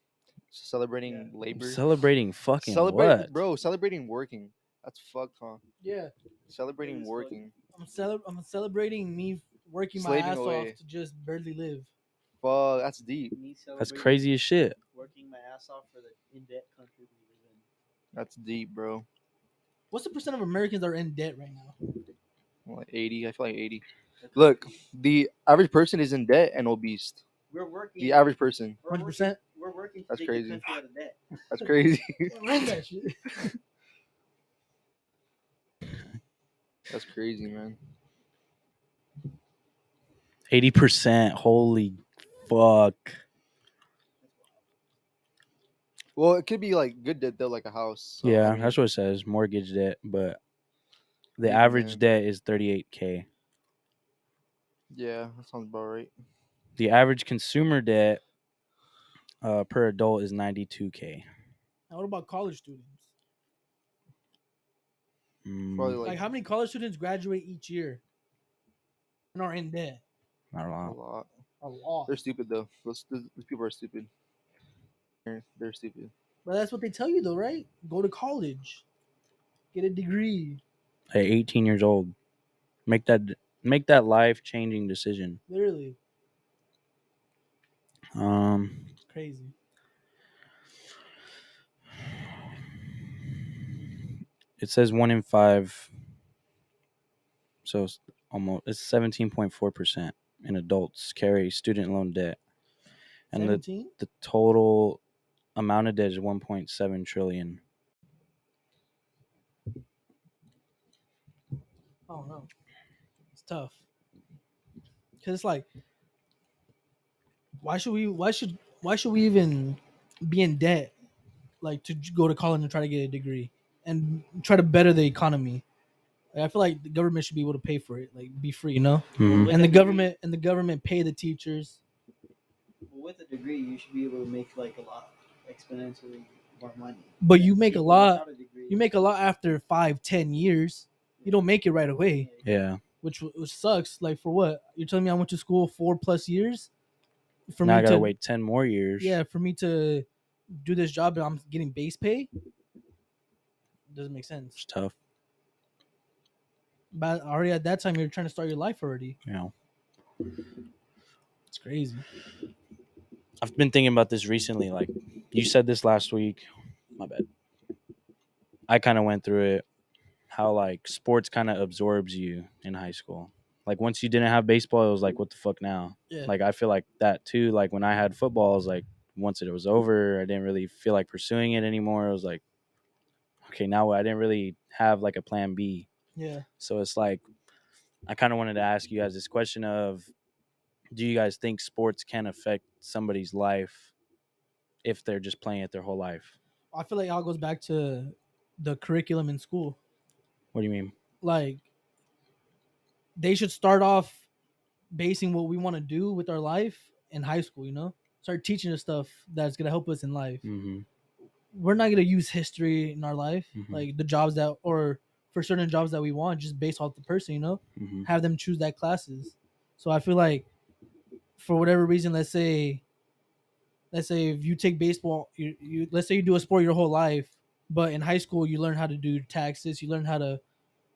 Speaker 4: celebrating labor,
Speaker 1: Celebrating fucking
Speaker 4: Celebrate-
Speaker 1: what?
Speaker 4: bro. Celebrating working. That's fucked, huh?
Speaker 3: Yeah,
Speaker 4: Celebrating
Speaker 2: is fucked.
Speaker 4: working.
Speaker 3: I'm cele- I'm celebrating me working my
Speaker 4: Slaving
Speaker 3: ass
Speaker 4: away.
Speaker 3: off to just barely live.
Speaker 4: Fuck, that's deep.
Speaker 2: Me
Speaker 1: That's
Speaker 2: celebrating
Speaker 1: crazy as shit.
Speaker 2: Working my ass off for the in debt country we live in.
Speaker 4: That's deep, bro.
Speaker 3: What's the percent of Americans that are in debt right now?
Speaker 4: Like 80. I feel like 80. Look, the average person is in debt and obese.
Speaker 2: We're working.
Speaker 4: The average person.
Speaker 2: we're working-
Speaker 3: Hundred percent.
Speaker 2: We're working to
Speaker 4: That's
Speaker 2: take
Speaker 4: crazy.
Speaker 2: the country out of debt.
Speaker 4: That's crazy.
Speaker 3: that shit.
Speaker 4: that's crazy, man.
Speaker 1: 80%. Holy fuck.
Speaker 4: Well, it could be like good debt though, like a house. so, I
Speaker 1: yeah,
Speaker 4: mean,
Speaker 1: that's what it says. Mortgage debt, but the
Speaker 4: Yeah,
Speaker 1: average
Speaker 4: man.
Speaker 1: debt is 38k.
Speaker 4: yeah, that sounds about right.
Speaker 1: The average consumer debt uh, per adult is 92k.
Speaker 3: Now, what about college students?
Speaker 1: Mm,
Speaker 4: Probably
Speaker 3: Like,
Speaker 4: like,
Speaker 3: how many college students graduate each year and are in debt?
Speaker 1: not
Speaker 4: a
Speaker 1: wrong.
Speaker 4: lot.
Speaker 3: A lot.
Speaker 4: They're stupid though. Those, those those people are stupid. They're, they're stupid.
Speaker 3: But that's what they tell you, though, right? Go to college, get a degree.
Speaker 1: At 18 years old, make that make that life changing decision.
Speaker 3: Literally
Speaker 1: Um,
Speaker 3: crazy.
Speaker 1: it says one in five, so it's almost it's 17.4 percent in adults carry student loan debt, and the
Speaker 3: Seventeen.
Speaker 1: the total amount of debt is 1.7 trillion.
Speaker 3: I don't know. It's tough. Cause it's like, why should we? Why should? Why should we even be in debt? Like to j- go to college and try to get a degree and try to better the economy. Like, I feel like the government should be able to pay for it. Like be free, you know.
Speaker 1: Mhm.
Speaker 2: With a
Speaker 3: And the
Speaker 2: degree-
Speaker 3: government and the government pay the teachers.
Speaker 2: With a degree, you should be able to make like a lot exponentially more money.
Speaker 3: But you make a
Speaker 2: People
Speaker 3: lot.
Speaker 2: without a degree-
Speaker 3: You make a lot after five, ten years. You don't make it right away,
Speaker 1: Yeah,
Speaker 3: which, which sucks. Like for what? You're telling me I went to school four plus years. For
Speaker 1: now I
Speaker 3: me
Speaker 1: gotta
Speaker 3: to
Speaker 1: wait 10 more years.
Speaker 3: yeah, for me to do this job and I'm getting base pay doesn't make sense.
Speaker 1: it's tough.
Speaker 3: But already at that time, you're trying to start your life already.
Speaker 1: You know,
Speaker 3: It's crazy.
Speaker 1: I've been thinking about this recently. Like you said this last week. My bad. I kind of went through it. How like sports kind of absorbs you in high school. Like once you didn't have baseball, it was like, what the fuck now?
Speaker 3: Yeah.
Speaker 1: Like I feel like that too. Like when I had football, I was like, once it was over, I didn't really feel like pursuing it anymore. I was like, okay, now I didn't really have like a plan B.
Speaker 3: yeah.
Speaker 1: So it's like I kind of wanted to ask you guys this question of do you guys think sports can affect somebody's life if they're just playing it their whole life?
Speaker 3: I feel like it all goes back to the curriculum in school.
Speaker 1: What do you mean?
Speaker 3: Like, they should start off basing what we want to do with our life in high school, you know? Start teaching us stuff that's going to help us in life.
Speaker 1: Mm-hmm.
Speaker 3: we're not gonna use history in our life,
Speaker 1: Mhm.
Speaker 3: like the jobs that or for certain jobs that we want, just based off the person, you know.
Speaker 1: Mm-hmm.
Speaker 3: Have them choose that classes. So I feel like, for whatever reason, let's say, let's say if you take baseball, you, you let's say you do a sport your whole life, but in high school you learn how to do taxes, you learn how to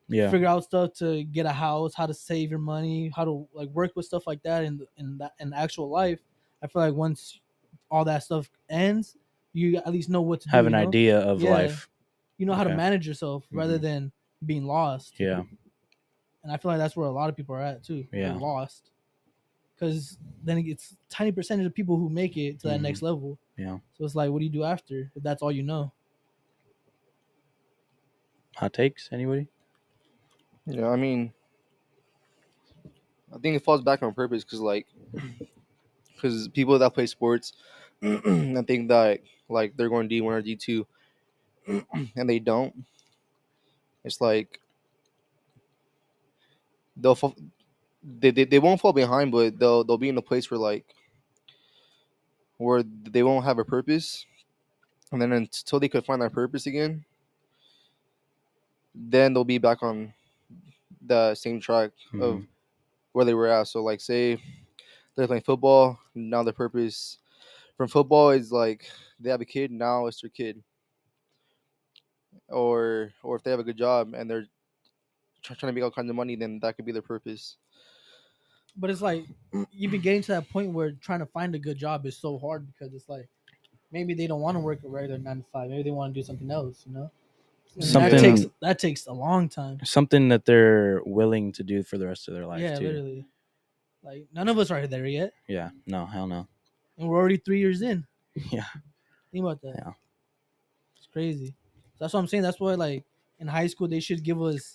Speaker 1: Yeah.
Speaker 3: figure out stuff to get a house, how to save your money, how to like work with stuff like that in in that in actual life. I feel like once all that stuff ends, you at least know what to
Speaker 1: Have
Speaker 3: do,
Speaker 1: an
Speaker 3: you know?
Speaker 1: idea of
Speaker 3: Yeah.
Speaker 1: life.
Speaker 3: you know how to
Speaker 1: Okay. Mm-hmm.
Speaker 3: manage yourself rather
Speaker 1: Mhm.
Speaker 3: than being lost.
Speaker 1: Yeah.
Speaker 3: and I feel like that's where a lot of people are at too. They're
Speaker 1: Yeah.
Speaker 3: lost. Because then it gets tiny percentage of people who make it to that
Speaker 1: Mhm.
Speaker 3: next level.
Speaker 1: Yeah.
Speaker 3: So it's like, what do you do after if that's all you know?
Speaker 1: Hot takes? Anybody?
Speaker 4: Yeah, I mean, I think it falls back on purpose because, like, because people that play sports, I think that like they're going D one or D two, and they don't. It's like they'll fall, they, they they won't fall behind, but they'll they'll be in a place where like where they won't have a purpose, and then until they could find that purpose again, then they'll be back on the same track
Speaker 1: Mm-hmm.
Speaker 3: Mm-hmm.
Speaker 4: of where they were at. So like say they're playing football, now their purpose from football is like they have a kid, now it's their kid. Or or if they have a good job and they're try- trying to make all kinds of money, then that could be their purpose.
Speaker 3: But it's like you've been getting to that point where trying to find a good job is so hard because it's like maybe they don't want to work a regular nine to five. Maybe they want to do something else, you know? And
Speaker 1: Something-
Speaker 3: that takes that takes a long time.
Speaker 1: Something that they're willing to do for the rest of their life
Speaker 3: yeah,
Speaker 1: too.
Speaker 3: literally. Like none of us are there yet.
Speaker 1: Yeah. No, hell no.
Speaker 3: And we're already three years in.
Speaker 1: Yeah.
Speaker 3: Think about that.
Speaker 1: Yeah.
Speaker 3: It's crazy. That's what I'm saying. That's why, like, in high school, they should give us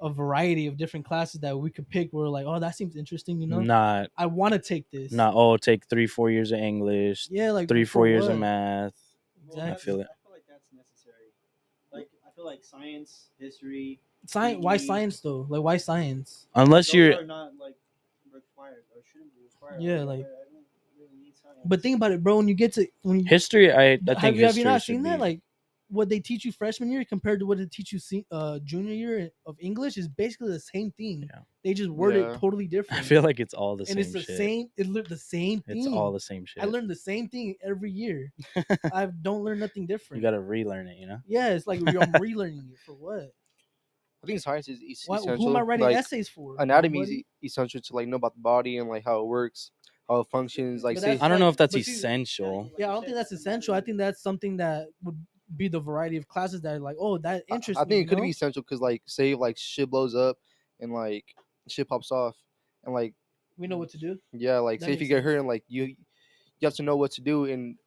Speaker 3: a variety of different classes that we could pick. We're like, oh, that seems interesting, you know?
Speaker 1: Not
Speaker 3: I want to take this.
Speaker 1: not oh take three, four years of English,
Speaker 3: Yeah, like
Speaker 1: three,
Speaker 3: for
Speaker 1: four years
Speaker 3: what?
Speaker 1: of math.
Speaker 3: I
Speaker 1: feel it.
Speaker 2: I feel like that's necessary. Like I feel like science, history.
Speaker 3: Science. Why
Speaker 2: PE.
Speaker 3: science though? Like, why science?
Speaker 1: Unless
Speaker 2: those
Speaker 1: you're
Speaker 2: are not like required or shouldn't be required.
Speaker 3: Yeah,
Speaker 2: I
Speaker 3: like-
Speaker 2: don't really need science.
Speaker 3: But think about it, bro. When you get to when you,
Speaker 1: history, I, I think
Speaker 3: have you have
Speaker 1: history
Speaker 3: you not
Speaker 1: should
Speaker 3: seen that?
Speaker 1: be-
Speaker 3: Like, what they teach you freshman year compared to what they teach you se- uh, junior year of English is basically the same thing.
Speaker 1: Yeah.
Speaker 3: They just word
Speaker 4: Yeah.
Speaker 3: it totally different.
Speaker 1: I feel like it's all the
Speaker 3: and
Speaker 1: same
Speaker 3: it's the
Speaker 1: shit.
Speaker 3: same. It looked the same thing.
Speaker 1: it's all the same shit.
Speaker 3: I learned the same thing every year. I don't learn nothing
Speaker 1: you
Speaker 3: different.
Speaker 1: gotta relearn it, you know?
Speaker 3: yeah, it's like you're- I'm relearning it for what?
Speaker 4: I think science is es-
Speaker 3: Why,
Speaker 4: essential.
Speaker 3: who am I writing
Speaker 4: like,
Speaker 3: essays for?
Speaker 4: Anatomy is
Speaker 3: Nobody?
Speaker 4: e- essential to like know about the body and like how it works, how it functions. Like
Speaker 3: But
Speaker 4: say,
Speaker 3: It's
Speaker 1: I don't know
Speaker 3: like-
Speaker 1: if that's
Speaker 3: but see-
Speaker 1: essential.
Speaker 3: Yeah, I don't think that's essential. I think that's something that would be the variety of classes that are like, oh, that
Speaker 4: I-
Speaker 3: interests
Speaker 4: I,
Speaker 3: me,
Speaker 4: think
Speaker 3: you
Speaker 4: it could be
Speaker 3: know?
Speaker 4: essential because, like, say, like shit blows up and like shit pops off, and like,
Speaker 3: We know what to do.
Speaker 4: yeah, like,
Speaker 3: That
Speaker 4: say if you
Speaker 3: makes
Speaker 4: get hurt and like you, you have to know what to do in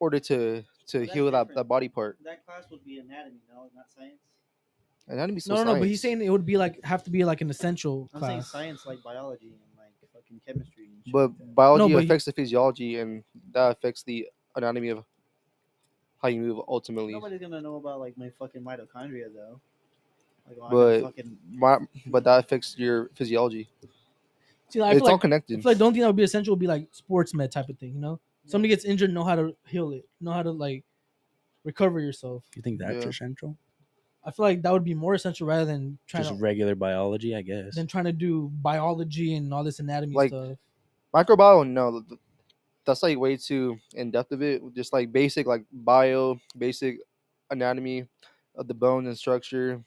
Speaker 4: order to to
Speaker 2: that's
Speaker 4: heal that,
Speaker 2: different.
Speaker 4: that body part.
Speaker 2: that class would be anatomy, no, not science.
Speaker 4: And that'd be still
Speaker 3: No, no, no. But he's
Speaker 4: science.
Speaker 3: saying it would be like have to be like an essential
Speaker 2: I'm saying
Speaker 3: class.
Speaker 2: science like biology and like fucking chemistry. And shit
Speaker 4: but
Speaker 2: like that.
Speaker 4: biology
Speaker 3: but he-
Speaker 4: affects the physiology, and that affects the anatomy of how you move ultimately.
Speaker 2: nobody's gonna know about like my fucking mitochondria though. Like, well, I
Speaker 4: But-
Speaker 2: got fucking
Speaker 4: My, but that affects your physiology.
Speaker 3: See, I
Speaker 4: it's
Speaker 3: feel
Speaker 4: all
Speaker 3: like, I
Speaker 4: connected.
Speaker 3: feel like the only thing that would be essential would be like sports med type of thing, you know? Somebody gets injured, know how to heal it, know how to like recover yourself.
Speaker 1: You think that's
Speaker 4: Yeah.
Speaker 1: essential?
Speaker 3: I feel like that would be more essential rather than trying
Speaker 1: Just
Speaker 3: to
Speaker 1: regular biology, I guess.
Speaker 3: than trying to do biology and all this anatomy
Speaker 4: Like-
Speaker 3: stuff.
Speaker 4: Microbiome, no, th- that's like way too in depth of it. Just like basic, like bio, basic anatomy of the bones and structure.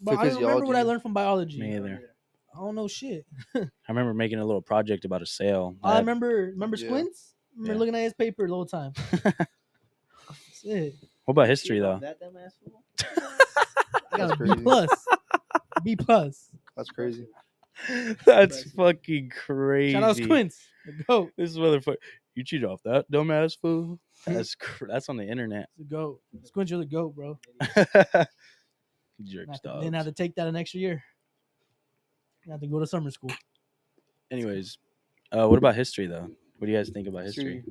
Speaker 3: But I don't remember what I
Speaker 4: physiology.
Speaker 3: learned from biology.
Speaker 1: Me either.
Speaker 3: I don't know shit.
Speaker 1: I remember making a little project about a sale.
Speaker 3: Oh, I
Speaker 1: that-
Speaker 3: remember remember
Speaker 4: Yeah.
Speaker 3: squints. Remember
Speaker 1: Yeah.
Speaker 3: looking at his paper the whole time. That's it.
Speaker 1: What about history
Speaker 2: Shit,
Speaker 1: though?
Speaker 2: That dumb ass fool?
Speaker 3: I got
Speaker 4: That's
Speaker 3: a B
Speaker 4: crazy.
Speaker 3: plus. B plus.
Speaker 4: That's crazy.
Speaker 1: That's fucking crazy.
Speaker 3: Shout out squints. The goat.
Speaker 1: This motherfucker, you cheated off that dumbass fool.
Speaker 3: Mm-hmm.
Speaker 1: That's cr- that's on the internet.
Speaker 3: The goat. Squints, you're the goat, bro.
Speaker 1: Jerk
Speaker 3: Then have to take that an extra year. You have to go to summer school.
Speaker 1: Anyways, uh, what about history though? What do you guys think about history?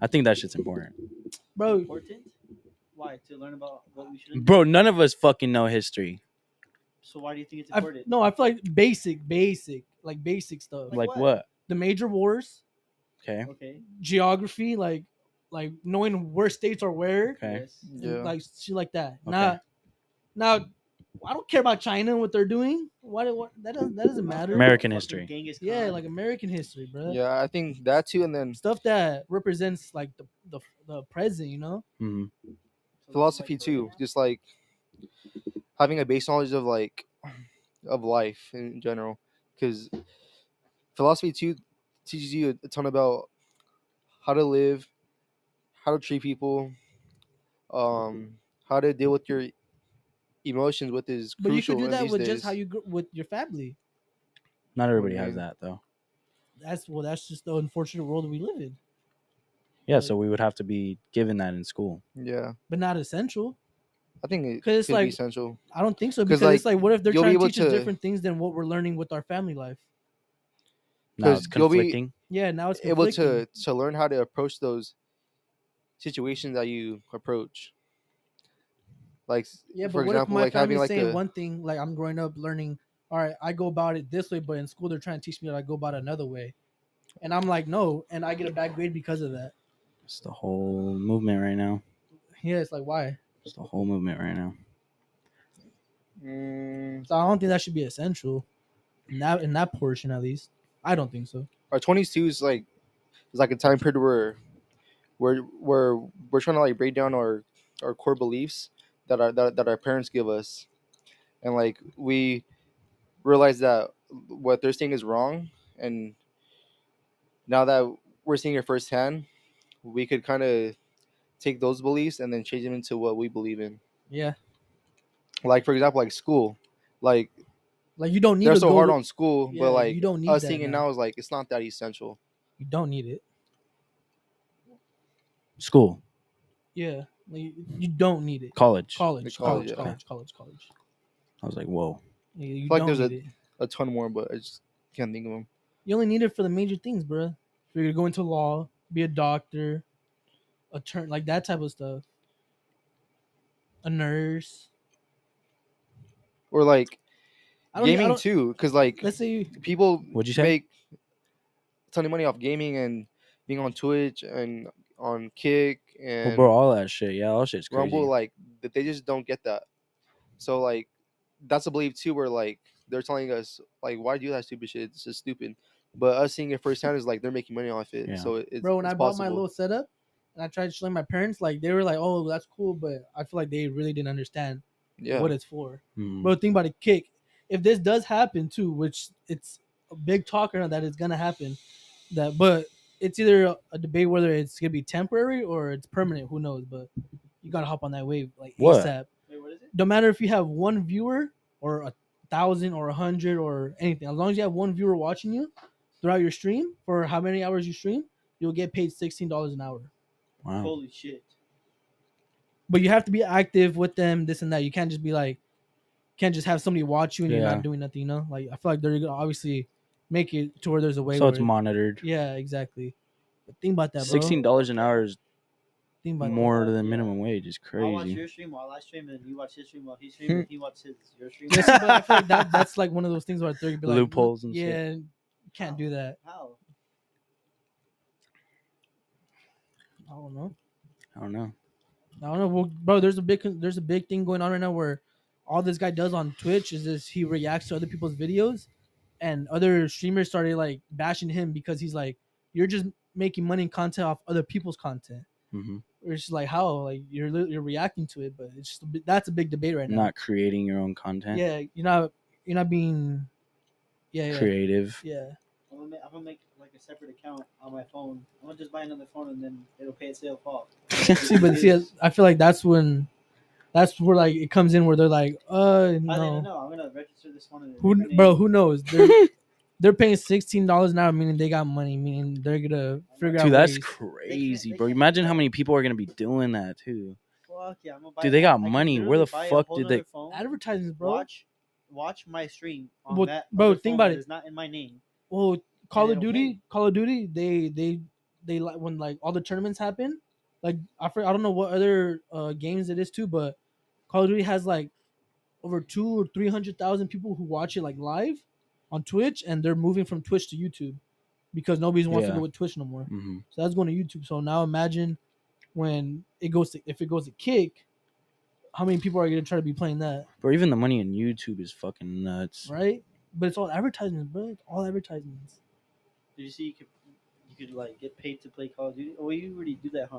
Speaker 1: I think that shit's important,
Speaker 3: Bro,
Speaker 2: Important? Why? To learn about what we should.
Speaker 1: bro. None of us fucking know history.
Speaker 2: So why do you think it's
Speaker 3: I,
Speaker 2: important?
Speaker 3: no, I feel like basic, basic, like basic stuff.
Speaker 1: Like,
Speaker 2: what?
Speaker 1: what?
Speaker 3: the major wars,
Speaker 1: Okay,
Speaker 2: Okay.
Speaker 3: geography, like like knowing where states are where.
Speaker 1: okay.
Speaker 2: Yes.
Speaker 3: and,
Speaker 4: Yeah.
Speaker 3: like shit like that.
Speaker 1: Okay.
Speaker 3: Now, now, I don't care about China and what they're doing. Why? do- What, that doesn't that doesn't matter.
Speaker 1: American
Speaker 2: Fucking
Speaker 1: history.
Speaker 2: Genghis
Speaker 3: yeah,
Speaker 2: Khan.
Speaker 3: like American history, bro.
Speaker 4: Yeah, I think that too, and then
Speaker 3: Stuff that represents like the, the the present, you know.
Speaker 1: hmm
Speaker 2: So
Speaker 4: philosophy
Speaker 2: that's why
Speaker 4: too.
Speaker 2: Korea-
Speaker 4: Just like having a base knowledge of like of life in general, because philosophy too teaches you a ton about how to live,
Speaker 3: Mm-hmm.
Speaker 4: how to treat people, um, how to deal with your emotions with is
Speaker 3: But you
Speaker 4: crucial.
Speaker 3: could do
Speaker 4: in
Speaker 3: that
Speaker 4: these
Speaker 3: with
Speaker 4: days.
Speaker 3: just how you gr- with your family.
Speaker 1: Not everybody has
Speaker 4: Mhm.
Speaker 1: that though.
Speaker 3: That's well, that's just the unfortunate world we live in.
Speaker 1: Yeah, so we would have to be given that in school.
Speaker 4: Yeah,
Speaker 3: But not essential.
Speaker 4: I think it
Speaker 3: 'Cause it's
Speaker 4: could
Speaker 3: like-
Speaker 4: be essential.
Speaker 3: I don't think so
Speaker 4: 'Cause,
Speaker 3: because it's like, what if they're
Speaker 4: you'll be
Speaker 3: trying to
Speaker 4: able
Speaker 3: teach us
Speaker 4: to-
Speaker 3: different things than what we're learning with our family life?
Speaker 1: No,
Speaker 4: 'Cause
Speaker 1: it's
Speaker 4: you'll be-
Speaker 1: conflicting.
Speaker 3: Yeah, now it's
Speaker 4: Able
Speaker 3: conflicting.
Speaker 4: to to learn how to approach those situations that you approach. Like s-
Speaker 3: Yeah, but
Speaker 4: for
Speaker 3: what
Speaker 4: example,
Speaker 3: if my
Speaker 4: like having
Speaker 3: family's
Speaker 4: like
Speaker 3: saying
Speaker 4: a
Speaker 3: one thing, like I'm growing up learning, all right, I go about it this way, but in school they're trying to teach me that I go about it another way, and I'm like, no, and I get a bad grade because of that.
Speaker 1: It's the whole movement right now.
Speaker 3: Yeah, it's like why?
Speaker 1: It's the whole movement right now.
Speaker 4: mm,
Speaker 3: So I don't think that should be essential, in that in that portion at least. I don't think so.
Speaker 4: our twenties two is like is like a time period where where where we're trying to like break down our our core beliefs that our that, that our parents give us, and like we realize that what they're saying is wrong, and now that we're seeing it firsthand, we could kind of take those beliefs and then change them into what we believe in.
Speaker 3: Yeah,
Speaker 4: Like for example, like school, like
Speaker 3: like you don't need.
Speaker 4: they're
Speaker 3: to
Speaker 4: so
Speaker 3: go
Speaker 4: hard
Speaker 3: to-
Speaker 4: on school,
Speaker 3: Yeah,
Speaker 4: but like
Speaker 3: you don't need
Speaker 4: us
Speaker 3: that
Speaker 4: seeing it
Speaker 3: now.
Speaker 4: now is like it's not that essential.
Speaker 3: You don't need it.
Speaker 1: School,
Speaker 3: Yeah, like you- you don't need it.
Speaker 1: college.
Speaker 3: College,
Speaker 4: college,
Speaker 3: college,
Speaker 4: yeah.
Speaker 3: college, college, college.
Speaker 1: I was like, whoa.
Speaker 3: Yeah, You
Speaker 4: Feel like
Speaker 3: don't
Speaker 4: there's a-
Speaker 3: need it.
Speaker 4: a ton more, but I just can't think of them.
Speaker 3: You only need it for the major things, bro. If you're gonna go into law, be a doctor, a turn like that type of stuff, a nurse.
Speaker 4: Or like
Speaker 3: I don't. need- I
Speaker 4: gaming
Speaker 3: don't-
Speaker 4: too, because like
Speaker 3: Let's say you,
Speaker 4: people
Speaker 1: What'd you say?
Speaker 4: make a ton of money off gaming and being on Twitch and on Kick
Speaker 1: Well,
Speaker 4: and
Speaker 1: bro, all that shit. Yeah, all shit's crazy.
Speaker 4: Rumble. Like that, they just don't get that. So like that's a belief too, where like they're telling us like why do that stupid shit? It's just stupid. But us seeing it firsthand is like they're making money off it.
Speaker 1: Yeah.
Speaker 4: So it- it's
Speaker 3: bro, when
Speaker 4: it's
Speaker 3: I bought my
Speaker 4: possible.
Speaker 3: little setup and I tried showing my parents, like they were like, "Oh, that's cool," but I feel like they really didn't understand
Speaker 4: yeah
Speaker 3: what it's for.
Speaker 1: Mm.
Speaker 3: Bro, think about it. Kick. If this does happen too, which it's a big talk around that it's gonna happen, that but it's either a, a debate whether it's gonna be temporary or it's permanent. Who knows? But you gotta hop on that wave like
Speaker 1: What?
Speaker 3: ASAP.
Speaker 2: Wait, what is it?
Speaker 3: No matter if you have one viewer or a thousand or a hundred or anything, as long as you have one viewer watching you throughout your stream for how many hours you stream, you'll get paid sixteen dollars an hour.
Speaker 1: wow.
Speaker 2: Holy shit!
Speaker 3: But you have to be active with them, this and that. You can't just be like, can't just have somebody watch you and you're
Speaker 1: Yeah.
Speaker 3: not doing nothing. You know, like I feel like they're gonna obviously make it to where there's a way.
Speaker 1: So
Speaker 3: where
Speaker 1: it's
Speaker 3: it-
Speaker 1: monitored.
Speaker 3: Yeah, exactly. But think about that, bro.
Speaker 1: Sixteen dollars an hour is
Speaker 3: Think about more.
Speaker 1: more than minimum wage. Is
Speaker 2: I'll watch
Speaker 1: crazy.
Speaker 2: your stream while I stream, and you watch his stream while he streams, and he watches your stream.
Speaker 3: That. Yeah, see, but I feel like that, that's like one of those things where they're gonna be like
Speaker 1: Loopholes and shit.
Speaker 3: yeah, you can't do that.
Speaker 2: How?
Speaker 3: I don't know.
Speaker 1: I don't know.
Speaker 3: I don't know, well, bro. There's a big there's a big thing going on right now where all this guy does on Twitch is this he reacts to other people's videos, and other streamers started like bashing him because he's like, you're just making money and content off other people's content.
Speaker 1: hmm
Speaker 3: Or it's just like how like you're li- you're reacting to it, but it's just a bit, that's a big debate right now.
Speaker 1: Not creating your own content.
Speaker 3: yeah, you're not you're not being yeah yeah
Speaker 1: Creative.
Speaker 3: yeah.
Speaker 2: I'm gonna, make, I'm gonna make like a separate account on my phone. I'm gonna just buy another phone, and then it'll pay itself off.
Speaker 3: see, but see, I feel like that's when that's where like it comes in where they're like,
Speaker 2: I
Speaker 3: uh
Speaker 2: don't even
Speaker 3: no,
Speaker 2: know. I'm gonna register this one. under a
Speaker 3: who
Speaker 2: different name.
Speaker 3: bro who knows. They're, They're paying sixteen dollars an hour, meaning they got money, meaning they're gonna figure out.
Speaker 1: Dude, that's
Speaker 3: ways.
Speaker 1: crazy,
Speaker 2: they
Speaker 1: bro.
Speaker 2: can't-
Speaker 1: Imagine how many people are gonna be doing that too.
Speaker 2: Fuck yeah, I'm gonna buy
Speaker 1: Dude, they got
Speaker 2: I can
Speaker 1: money. Where
Speaker 2: literally
Speaker 1: the
Speaker 2: buy a
Speaker 1: fuck
Speaker 2: whole
Speaker 1: did they-
Speaker 2: nother phone,
Speaker 3: advertisements, bro.
Speaker 2: Watch, watch my stream on
Speaker 3: Well,
Speaker 2: that.
Speaker 3: bro,
Speaker 2: other
Speaker 3: think
Speaker 2: phone
Speaker 3: about
Speaker 2: that
Speaker 3: it.
Speaker 2: Is not in my name.
Speaker 3: Well, Call
Speaker 2: they
Speaker 3: of
Speaker 2: don't
Speaker 3: Duty,
Speaker 2: pay.
Speaker 3: Call of Duty, they they they like when like all the tournaments happen. Like I for, I don't know what other uh, games it is too, but Call of Duty has like over two or three hundred thousand people who watch it like live on Twitch, and they're moving from Twitch to YouTube because nobody wants to
Speaker 1: Yeah.
Speaker 3: go with Twitch no more.
Speaker 1: hmm
Speaker 3: So that's going to YouTube. So now imagine when it goes to if it goes to Kick, how many people are going to try to be playing that,
Speaker 1: Bro, even the money in YouTube is fucking nuts.
Speaker 3: right? But it's all advertisements, bro. It's all advertisements.
Speaker 2: Did you see you could you could like get paid to play Call of Duty? Oh, you already do that, huh?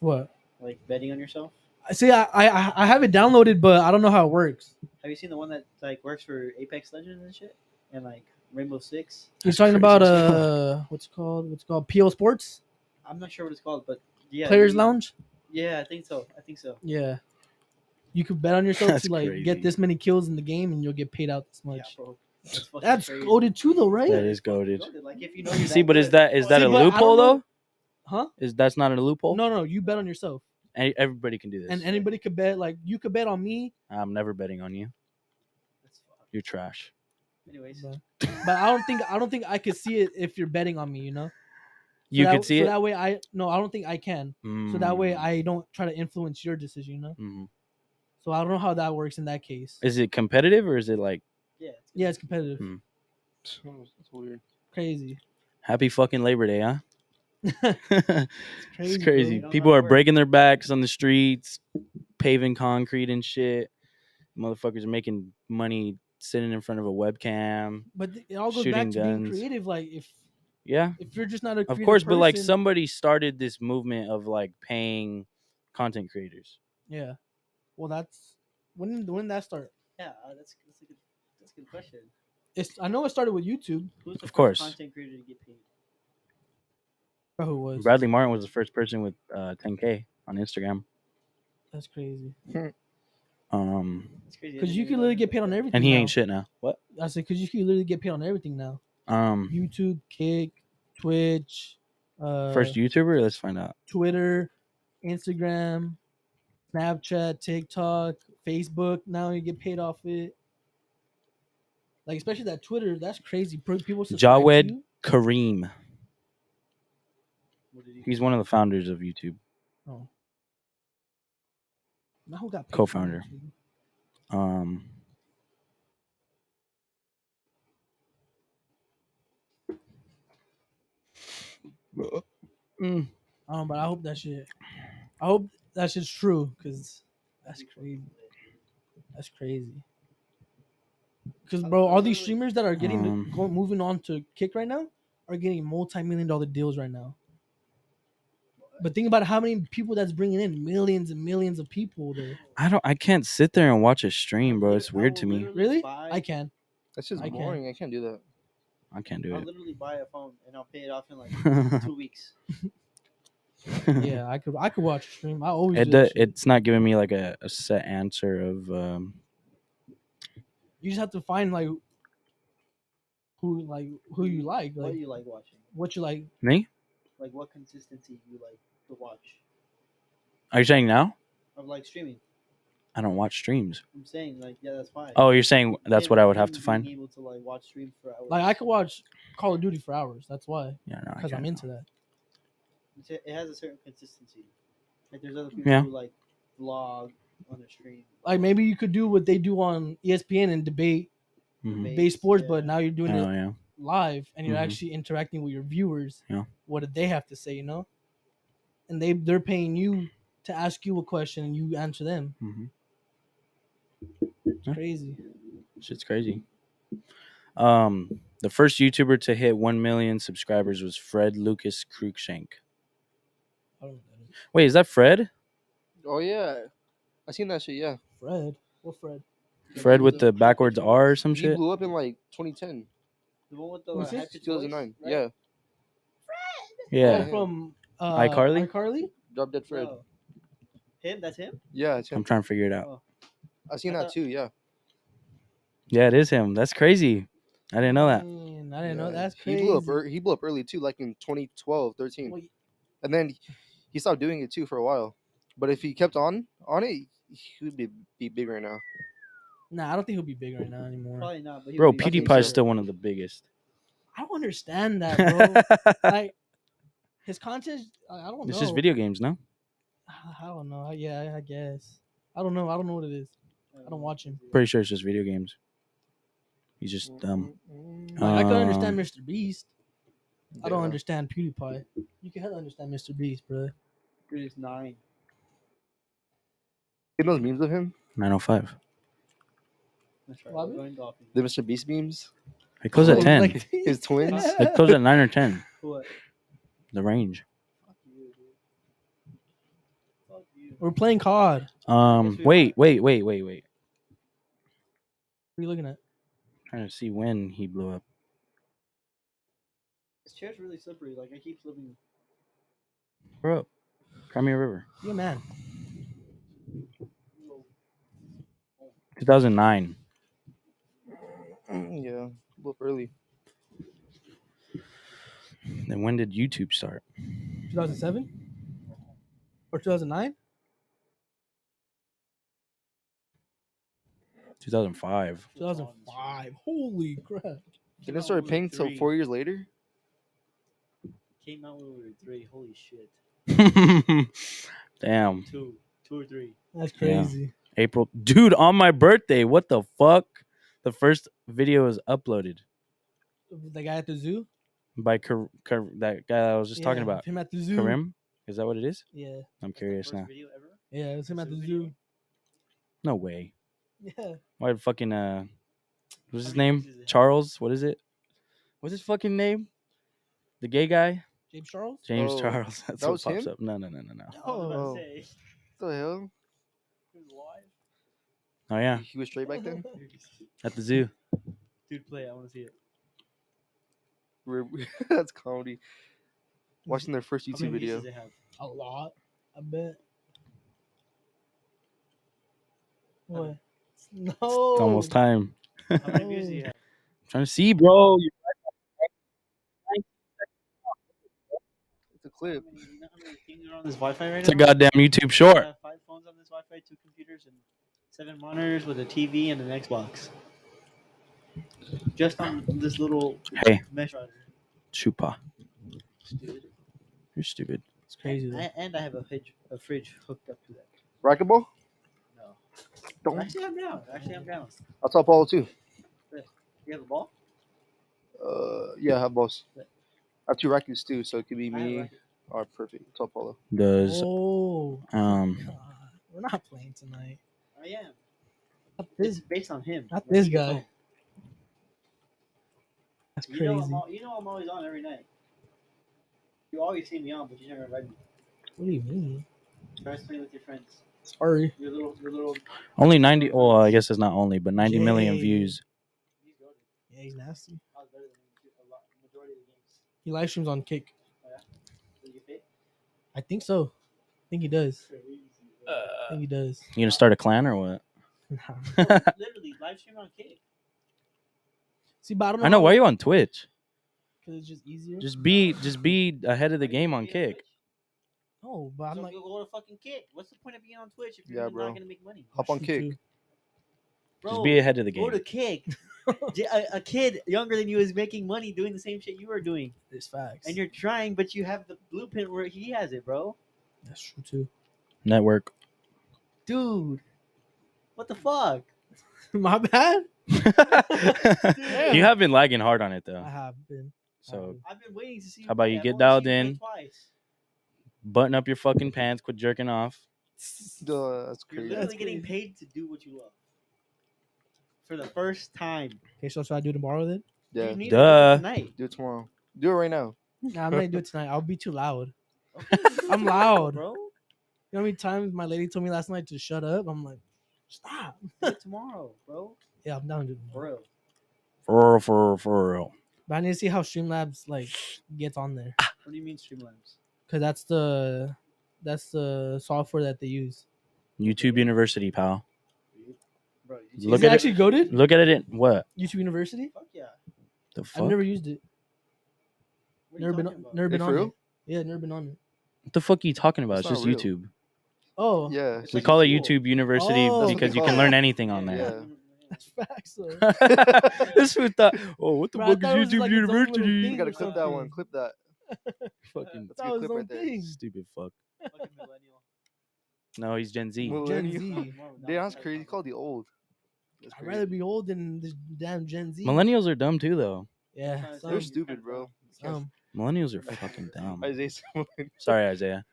Speaker 3: What?
Speaker 2: Like betting on yourself.
Speaker 3: I See, I, I I have it downloaded, but I don't know how it works.
Speaker 2: Have you seen the one that like works for Apex Legends and shit, and like Rainbow Six?
Speaker 3: You're
Speaker 1: That's
Speaker 3: talking
Speaker 1: crazy
Speaker 3: about
Speaker 1: as
Speaker 3: uh, what's it called what's it called PO Sports
Speaker 2: I'm not sure what it's called, but yeah,
Speaker 3: Players
Speaker 2: you-
Speaker 3: Lounge.
Speaker 2: Yeah, I think so. I think so.
Speaker 3: Yeah, you could bet on yourself
Speaker 1: That's
Speaker 3: to like
Speaker 1: crazy.
Speaker 3: get this many kills in the game and you'll get paid out this much.
Speaker 2: bro. That's, fucking
Speaker 3: That's
Speaker 2: crazy.
Speaker 3: coded too, though, right?
Speaker 1: That is goaded.
Speaker 2: Goated, Like if you know you're
Speaker 1: See, but is
Speaker 2: good. Oh,
Speaker 1: that is that
Speaker 3: See,
Speaker 1: a
Speaker 3: but I don't
Speaker 1: loophole
Speaker 3: know-
Speaker 1: though?
Speaker 3: Huh?
Speaker 1: Is that's not a loophole?
Speaker 3: No, no, you bet on yourself,
Speaker 1: Any- everybody can do this.
Speaker 3: and anybody could bet. Like you could bet on me,
Speaker 1: I'm never betting on you.
Speaker 2: That's fucked.
Speaker 1: You're trash.
Speaker 2: Anyways,
Speaker 3: but, but I don't think I don't think I could see it if you're betting on me. You know, So
Speaker 1: You
Speaker 3: that,
Speaker 1: could see
Speaker 3: so
Speaker 1: it. Mm.
Speaker 3: that way. I no, I don't think I can. So that way, I don't try to influence your decision. You know,
Speaker 1: Mhm.
Speaker 3: so I don't know how that works in that case.
Speaker 1: Is it competitive or is it like
Speaker 2: yeah, it's good.
Speaker 3: yeah, it's competitive,
Speaker 1: Hmm.
Speaker 4: That's weird.
Speaker 3: crazy,
Speaker 1: happy fucking Labor Day, huh?
Speaker 3: it's crazy,
Speaker 1: it's
Speaker 3: bro.
Speaker 1: crazy.
Speaker 2: Don't know
Speaker 1: People
Speaker 2: how it
Speaker 1: are
Speaker 2: works.
Speaker 1: breaking their backs on the streets, paving concrete and shit. Motherfuckers are making money sitting in front of a webcam.
Speaker 3: But th- it all goes back
Speaker 1: Shooting
Speaker 3: to
Speaker 1: guns.
Speaker 3: being creative. Like if
Speaker 1: Yeah.
Speaker 3: if you're just not a
Speaker 1: Of
Speaker 3: creative
Speaker 1: course, but like
Speaker 3: person-
Speaker 1: somebody started this movement of like paying content creators.
Speaker 3: yeah. Well, that's when when did that start?
Speaker 2: yeah. uh, That's that's a good that's a good question.
Speaker 3: It's I know it started with YouTube.
Speaker 2: Who's the
Speaker 1: Of
Speaker 2: first
Speaker 1: course.
Speaker 2: content creator to get paid?
Speaker 3: I forgot Who it was
Speaker 1: Bradley Martin was the first person with uh, 10k on Instagram.
Speaker 3: That's crazy.
Speaker 1: Um,
Speaker 2: That's crazy. I
Speaker 3: Because
Speaker 2: didn't
Speaker 3: you
Speaker 2: even
Speaker 3: can
Speaker 2: know
Speaker 3: literally
Speaker 2: that.
Speaker 3: get paid on everything.
Speaker 1: and he
Speaker 3: now.
Speaker 1: ain't shit now. What?
Speaker 3: I said because you can literally get paid on everything now.
Speaker 1: Um,
Speaker 3: YouTube, Kick, Twitch, uh,
Speaker 1: first YouTuber. Let's find out.
Speaker 3: Twitter, Instagram, Snapchat, TikTok, Facebook. Now you get paid off it. Like especially that Twitter, that's crazy. Pro- People subscribe to
Speaker 1: Jawed.
Speaker 3: you?
Speaker 1: Kareem.
Speaker 2: What did he-
Speaker 1: He's one of the founders of YouTube.
Speaker 3: Oh. Now who got paid for that
Speaker 1: Co-founder.
Speaker 3: shit?
Speaker 1: Um, mm,
Speaker 3: I don't know, Um, but I hope that shit. I hope that shit's true because that's crazy. That's crazy. Because bro, all these streamers that are getting to
Speaker 1: Um,
Speaker 3: go, moving on to Kick right now are getting multi-million dollar deals right now. But think about how many people that's bringing in millions and millions of people there.
Speaker 1: I don't. I can't sit there and watch a stream, bro.
Speaker 2: Literally-
Speaker 1: It's
Speaker 2: I
Speaker 1: weird
Speaker 2: will
Speaker 1: to me.
Speaker 2: literally
Speaker 3: Really?
Speaker 2: buy-
Speaker 3: I can.
Speaker 4: That's just
Speaker 3: I can't.
Speaker 4: boring. I can't do that.
Speaker 1: I can't do
Speaker 2: I'll
Speaker 1: it.
Speaker 2: literally buy a phone and I'll pay it off in like two weeks.
Speaker 3: Yeah, I could. I could watch a stream. I always.
Speaker 1: it
Speaker 3: do that
Speaker 1: do,
Speaker 3: shit.
Speaker 1: it's not giving me like a, a set answer of um,
Speaker 3: you just have to find like who like who you like,
Speaker 2: What do
Speaker 3: like
Speaker 2: you like watching?
Speaker 3: what you like.
Speaker 1: me.
Speaker 2: Like what consistency you like to watch
Speaker 1: Are you saying now?
Speaker 2: of like streaming?
Speaker 1: I don't watch streams.
Speaker 2: I'm saying like yeah, that's fine.
Speaker 1: Oh, you're saying that's
Speaker 2: Him-
Speaker 1: what I would have
Speaker 2: him
Speaker 1: to
Speaker 2: being
Speaker 1: find?
Speaker 2: Able to like watch streams for hours.
Speaker 3: Like I could watch Call of Duty for hours. That's why
Speaker 1: Yeah, no, I
Speaker 3: because I'm
Speaker 1: can't.
Speaker 3: into that.
Speaker 2: It's- it has a certain consistency. Like there's other people
Speaker 1: Yeah.
Speaker 2: who like vlog on their stream.
Speaker 3: like maybe you could do what they do on E ESPN and debate
Speaker 1: Mhm.
Speaker 3: base sports,
Speaker 2: yeah.
Speaker 3: but now you're doing
Speaker 1: Oh
Speaker 3: it
Speaker 1: yeah.
Speaker 3: live and you're
Speaker 1: Mhm.
Speaker 3: actually interacting with your viewers.
Speaker 1: Yeah.
Speaker 3: What did they have to say, you know? And they they're paying you to ask you a question and you answer them.
Speaker 1: hmm
Speaker 3: It's
Speaker 1: Yeah.
Speaker 3: crazy.
Speaker 1: Shit's crazy. Um, the first YouTuber to hit one million subscribers was Fred Lucas Cruikshank.
Speaker 3: I don't know. who that is.
Speaker 1: Wait, is that Fred?
Speaker 4: Oh yeah, I seen that shit. Yeah,
Speaker 3: Fred. What Fred?
Speaker 1: Fred with the backwards R or some
Speaker 4: He
Speaker 1: shit?
Speaker 4: blew up in like 2010,
Speaker 2: The one with the
Speaker 3: Who's
Speaker 2: like,
Speaker 3: this?
Speaker 2: happy voice,
Speaker 4: 2009.
Speaker 2: right?
Speaker 4: Yeah,
Speaker 3: Oh,
Speaker 1: Yeah.
Speaker 3: from uh,
Speaker 1: iCarly?
Speaker 3: iCarly?
Speaker 4: drop dead Fred.
Speaker 2: No. Him? That's him?
Speaker 4: Yeah, it's
Speaker 1: I'm
Speaker 4: him.
Speaker 1: trying to figure it out.
Speaker 4: I seen
Speaker 2: I
Speaker 4: that
Speaker 2: thought-
Speaker 4: too. Yeah,
Speaker 1: Yeah, it is him. That's crazy. I didn't know that.
Speaker 3: Man, I didn't know
Speaker 4: Yeah,
Speaker 3: that's crazy.
Speaker 4: He blew up. ear- He blew up early too, like in 2012, 13,
Speaker 3: Well, y-
Speaker 4: and then he- he stopped doing it too for a while. But if he kept on on it, he would be, be big right now.
Speaker 3: nah, I don't think he'll be big right now anymore.
Speaker 2: Probably not. But he
Speaker 1: Bro,
Speaker 2: would be-
Speaker 1: PewDiePie's still one of the biggest.
Speaker 3: I don't understand that, bro. like his content, I I don't know.
Speaker 1: It's just video games, no?
Speaker 3: I don't know. Yeah, I guess. I don't know. I don't know what it is. I don't watch him.
Speaker 1: Pretty sure it's just video games. He's just um
Speaker 3: Like, I can
Speaker 1: Um,
Speaker 3: understand Mr. Beast. I don't
Speaker 4: Yeah.
Speaker 3: understand PewDiePie. You can hell understand Mr. Beast, bro.
Speaker 2: Dude, he's nine.
Speaker 4: You know those memes of him,
Speaker 3: Mm-hmm.
Speaker 1: 905.
Speaker 2: That's right.
Speaker 3: Bobby?
Speaker 2: We're going golfing.
Speaker 4: the Mr. Beast memes,
Speaker 1: It closed at
Speaker 4: Oh,
Speaker 1: 10.
Speaker 3: Like,
Speaker 4: his twins.
Speaker 1: It closed at 9 or 10.
Speaker 2: What?
Speaker 1: The range.
Speaker 2: Fuck you, dude. Fuck you.
Speaker 3: we're playing COD.
Speaker 1: Um,
Speaker 2: we
Speaker 1: wait, wait, wait, wait, wait.
Speaker 3: What are you looking at?
Speaker 1: trying to see when he blew up.
Speaker 2: This chair's really slippery. Like, I keep slipping.
Speaker 1: We're up. Crimea River.
Speaker 3: Yeah, man.
Speaker 1: 2009.
Speaker 4: Mm, yeah, a little early.
Speaker 1: Then when did YouTube start?
Speaker 3: 2007 or 2009?
Speaker 1: 2005.
Speaker 3: 2005. Holy crap!
Speaker 4: Didn't it start paying till four years later?
Speaker 2: Came out when we were three. Holy shit.
Speaker 1: Damn.
Speaker 2: Two. Two or three.
Speaker 3: That's
Speaker 1: Yeah.
Speaker 3: crazy.
Speaker 1: April. Dude, on my birthday. What the fuck? The first video was uploaded
Speaker 3: The guy at the zoo.
Speaker 1: by Kar- Kar- that guy I was just talking
Speaker 3: Yeah,
Speaker 1: about.
Speaker 3: him at the zoo.
Speaker 1: Karim? Is that what it is?
Speaker 3: Yeah,
Speaker 1: I'm
Speaker 2: That's the
Speaker 1: curious
Speaker 2: first
Speaker 1: now.
Speaker 2: Video ever?
Speaker 3: yeah, it was him at
Speaker 2: Zoo
Speaker 3: the
Speaker 2: video?
Speaker 3: zoo.
Speaker 1: No way.
Speaker 3: Yeah,
Speaker 1: Why did fucking uh what's
Speaker 2: How
Speaker 1: his
Speaker 2: many views
Speaker 1: name?
Speaker 2: does it have?
Speaker 1: Charles, what is it? What's his fucking name? The gay guy?
Speaker 3: James Charles.
Speaker 1: James
Speaker 4: Oh,
Speaker 1: Charles. That's
Speaker 4: that
Speaker 1: what
Speaker 4: was
Speaker 1: pops
Speaker 4: him?
Speaker 1: up. No no no no no.
Speaker 2: I was about
Speaker 4: Oh.
Speaker 2: to say. It
Speaker 4: What the hell?
Speaker 2: was live.
Speaker 1: Oh yeah.
Speaker 4: He was straight back then.
Speaker 1: At the zoo.
Speaker 2: Dude, play. it. I want to see it.
Speaker 4: We're- That's comedy. Watching their first
Speaker 2: How
Speaker 4: YouTube
Speaker 2: many views
Speaker 4: video.
Speaker 2: does it have?
Speaker 3: A lot, I bet. What? No.
Speaker 1: It's almost time.
Speaker 2: How many views do you have?
Speaker 1: I'm trying to see, bro. You-
Speaker 4: It's a clip.
Speaker 2: How many- you know how many things are on this Wi-Fi right
Speaker 1: It's a
Speaker 2: now?
Speaker 1: goddamn YouTube
Speaker 2: I
Speaker 1: short.
Speaker 2: have five phones on this Wi-Fi, two computers, and seven monitors with a TV and an Xbox. Just on this little
Speaker 1: Hey.
Speaker 2: mesh router.
Speaker 1: Chupa.
Speaker 2: Stupid.
Speaker 1: You're stupid.
Speaker 3: It's crazy. though.
Speaker 2: I, and I have a fridge, a fridge hooked up to that.
Speaker 4: Racquetball?
Speaker 2: No.
Speaker 4: Don't.
Speaker 2: Actually, I'm down. Actually, I'm down.
Speaker 4: I saw Paulo too.
Speaker 2: You have a ball?
Speaker 4: Uh, yeah, I have balls. I have two rackets too, so it could be
Speaker 2: I have a
Speaker 4: me
Speaker 2: racket.
Speaker 4: or perfect. It's all Paulo.
Speaker 1: Does
Speaker 3: Oh,
Speaker 1: um
Speaker 3: God. we're not playing tonight.
Speaker 2: I am.
Speaker 3: Not
Speaker 2: This
Speaker 3: this,
Speaker 2: is based on him.
Speaker 3: not
Speaker 2: Like,
Speaker 3: this
Speaker 2: you
Speaker 3: guy.
Speaker 2: know-
Speaker 3: That's
Speaker 2: You know,
Speaker 3: crazy.
Speaker 2: I'm all, you know I'm always on every night. You always see me on, but you never invite me.
Speaker 3: What do you mean?
Speaker 2: Try playing with your friends.
Speaker 3: Sorry.
Speaker 2: Your little, your little.
Speaker 1: only 90 well I guess it's not only but 90 million
Speaker 3: Jay.
Speaker 1: views.
Speaker 2: He's good.
Speaker 3: Yeah, he's nasty.
Speaker 2: I was better than him a lot, majority of the games.
Speaker 3: He live streams on Kick.
Speaker 2: Did you fit?
Speaker 3: I think so. I think he does. I
Speaker 2: Uh,
Speaker 3: think he does.
Speaker 1: You gonna start a clan or what?
Speaker 3: Nah.
Speaker 1: Uh.
Speaker 2: literally live stream on Kick.
Speaker 3: See, but I don't know.
Speaker 1: I know why are you on Twitch?
Speaker 3: Because it's just easier.
Speaker 1: Just be just be ahead of the
Speaker 2: Like,
Speaker 1: game on
Speaker 2: you can be
Speaker 1: Kick.
Speaker 3: no, but
Speaker 2: Twitch.
Speaker 3: I'm
Speaker 2: So
Speaker 3: like.
Speaker 2: go go to fucking Kick. What's the point of being on Twitch if you're
Speaker 4: Yeah,
Speaker 2: really
Speaker 4: bro.
Speaker 2: not gonna make money?
Speaker 4: Hop on
Speaker 3: shoot
Speaker 4: kick.
Speaker 3: you.
Speaker 1: Just
Speaker 2: Bro,
Speaker 1: be ahead of the
Speaker 2: go to
Speaker 1: game.
Speaker 2: Kick. J- a, a kid younger than you is making money doing the same shit you are doing,
Speaker 3: It's facts.
Speaker 2: and you're trying, but you have the blueprint where he has it, bro.
Speaker 3: That's true too.
Speaker 1: Network.
Speaker 2: Dude, what the fuck?
Speaker 3: My bad.
Speaker 1: you have been lagging hard on it though.
Speaker 3: I have been. Um,
Speaker 1: So
Speaker 2: I've been waiting to see.
Speaker 1: How about
Speaker 2: play.
Speaker 1: you
Speaker 2: I've
Speaker 1: get
Speaker 2: only seen
Speaker 1: dialed
Speaker 2: you play
Speaker 1: in?
Speaker 2: Twice.
Speaker 1: button up your fucking pants, quit jerking off.
Speaker 4: Duh, uh, that's
Speaker 2: You're
Speaker 4: crazy.
Speaker 2: literally
Speaker 3: That's
Speaker 2: getting
Speaker 3: crazy.
Speaker 2: paid to do what you love for the first time.
Speaker 3: Okay, so should I do tomorrow then?
Speaker 4: Yeah,
Speaker 2: You need
Speaker 1: Duh.
Speaker 2: to do it tonight.
Speaker 4: do it tomorrow. Do it right now.
Speaker 3: Nah, I'm not gonna do it tonight. I'll be too loud.
Speaker 2: Okay, you do
Speaker 3: I'm
Speaker 2: it,
Speaker 3: loud.
Speaker 2: bro.
Speaker 3: You know how many times my lady told me last night to shut up? I'm like, stop.
Speaker 2: Do it tomorrow, bro.
Speaker 3: Yeah, I'm down to do it.
Speaker 2: Bro,
Speaker 1: For real, for real, for real.
Speaker 3: But I need to see how Streamlabs like gets on there
Speaker 2: what do you mean Streamlabs?
Speaker 3: because that's the that's the software that they use.
Speaker 1: YouTube University, pal.
Speaker 2: Bro, you
Speaker 1: Look
Speaker 3: Is it
Speaker 1: at it-
Speaker 3: actually goaded?
Speaker 1: Look at it in what
Speaker 3: YouTube University?
Speaker 2: Fuck yeah.
Speaker 1: the
Speaker 3: I've
Speaker 1: fuck?
Speaker 3: never used it.
Speaker 2: What are
Speaker 3: Never
Speaker 2: you
Speaker 3: been
Speaker 2: talking
Speaker 3: on,
Speaker 2: about?
Speaker 3: never
Speaker 4: Hey,
Speaker 3: been
Speaker 4: for
Speaker 3: on
Speaker 4: real?
Speaker 3: it. Yeah, never been on it.
Speaker 1: What the fuck are you talking about? It's,
Speaker 4: It's
Speaker 1: just
Speaker 4: not real.
Speaker 1: YouTube.
Speaker 3: Oh,
Speaker 4: Yeah,
Speaker 2: It's
Speaker 1: We
Speaker 2: like
Speaker 1: call it
Speaker 2: school.
Speaker 1: YouTube University
Speaker 3: Oh. That's what
Speaker 1: because you
Speaker 4: they call
Speaker 1: can
Speaker 4: it.
Speaker 1: learn anything on
Speaker 4: Yeah.
Speaker 1: there.
Speaker 3: that's facts. though.
Speaker 1: this fool thought, oh, what the
Speaker 3: Bro, I
Speaker 1: fuck is
Speaker 3: thought it was
Speaker 1: YouTube
Speaker 3: like its own little
Speaker 1: University?
Speaker 4: you
Speaker 3: thing.
Speaker 4: gotta
Speaker 3: or
Speaker 4: clip that one.
Speaker 3: something.
Speaker 4: Clip that.
Speaker 1: Fucking
Speaker 4: That's a
Speaker 3: That
Speaker 4: good
Speaker 3: was
Speaker 4: clip
Speaker 3: own
Speaker 4: right there.
Speaker 3: thing.
Speaker 1: stupid fuck.
Speaker 2: Fucking millennial.
Speaker 1: No, he's Gen Z.
Speaker 4: Well,
Speaker 3: Gen
Speaker 4: Millennial.
Speaker 3: Z.
Speaker 4: Damn, that's crazy. Call the old. That's
Speaker 3: I'd
Speaker 4: crazy.
Speaker 3: rather be old than this damn Gen Z.
Speaker 1: Millennials are dumb too, though.
Speaker 3: Yeah,
Speaker 2: They're
Speaker 4: They're
Speaker 3: some,
Speaker 2: Yes.
Speaker 4: stupid, bro.
Speaker 3: some.
Speaker 1: Millennials are fucking dumb.
Speaker 4: Isaiah Simmons.
Speaker 1: Sorry, Isaiah.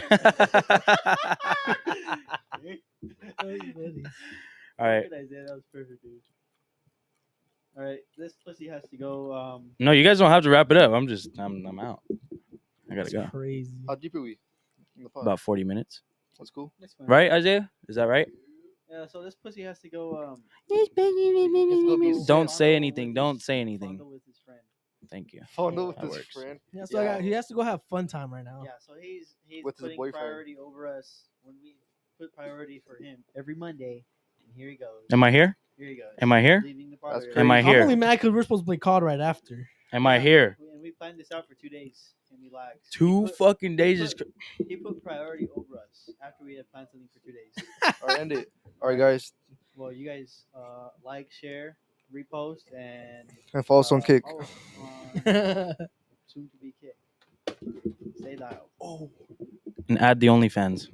Speaker 1: All right.
Speaker 2: Isaiah, that was perfect, dude. All right, this pussy has to go. Um,
Speaker 1: No, you guys don't have to wrap it up. I'm just, I'm, I'm out. I gotta
Speaker 3: That's
Speaker 1: go.
Speaker 3: crazy.
Speaker 4: How deep are we? In the pod?
Speaker 1: About 40 minutes,
Speaker 4: That's cool.
Speaker 2: next one.
Speaker 1: right, Isaiah? Is that right?
Speaker 2: Yeah, so this pussy has to go. Um,
Speaker 4: Let's go be
Speaker 1: Don't
Speaker 2: fondle
Speaker 1: say
Speaker 2: with
Speaker 1: anything.
Speaker 2: his-
Speaker 1: Don't say anything.
Speaker 2: fondle with his friend.
Speaker 1: Thank you.
Speaker 4: fondled with
Speaker 1: That
Speaker 4: his
Speaker 1: works.
Speaker 4: friend.
Speaker 3: Yeah, so I
Speaker 4: Yeah.
Speaker 3: got, he has to go have fun time right now.
Speaker 2: Yeah, so he's he's
Speaker 4: Oh. With his
Speaker 2: putting
Speaker 4: boyfriend.
Speaker 2: priority over us when we put priority for him every Monday. and here he goes.
Speaker 1: Am I here?
Speaker 2: Here he goes.
Speaker 1: Am I here?
Speaker 2: Leaving the
Speaker 4: That's
Speaker 2: party.
Speaker 4: crazy.
Speaker 1: Am I
Speaker 3: I'm
Speaker 1: here?
Speaker 3: only mad because we're supposed to play COD right after.
Speaker 1: Am I here?
Speaker 2: We- And we planned this out for two days, and we lagged.
Speaker 1: Two
Speaker 2: He put-
Speaker 1: fucking days is. Cr-
Speaker 2: He put priority over us after we had planned something for two days.
Speaker 4: All right, end it. All right, guys,
Speaker 2: well, you guys uh, like, share, repost, and
Speaker 4: and follow us on
Speaker 2: uh,
Speaker 4: Kick.
Speaker 2: follow us on
Speaker 3: That's
Speaker 2: soon to be Kick. Stay dialed.
Speaker 1: and add the OnlyFans.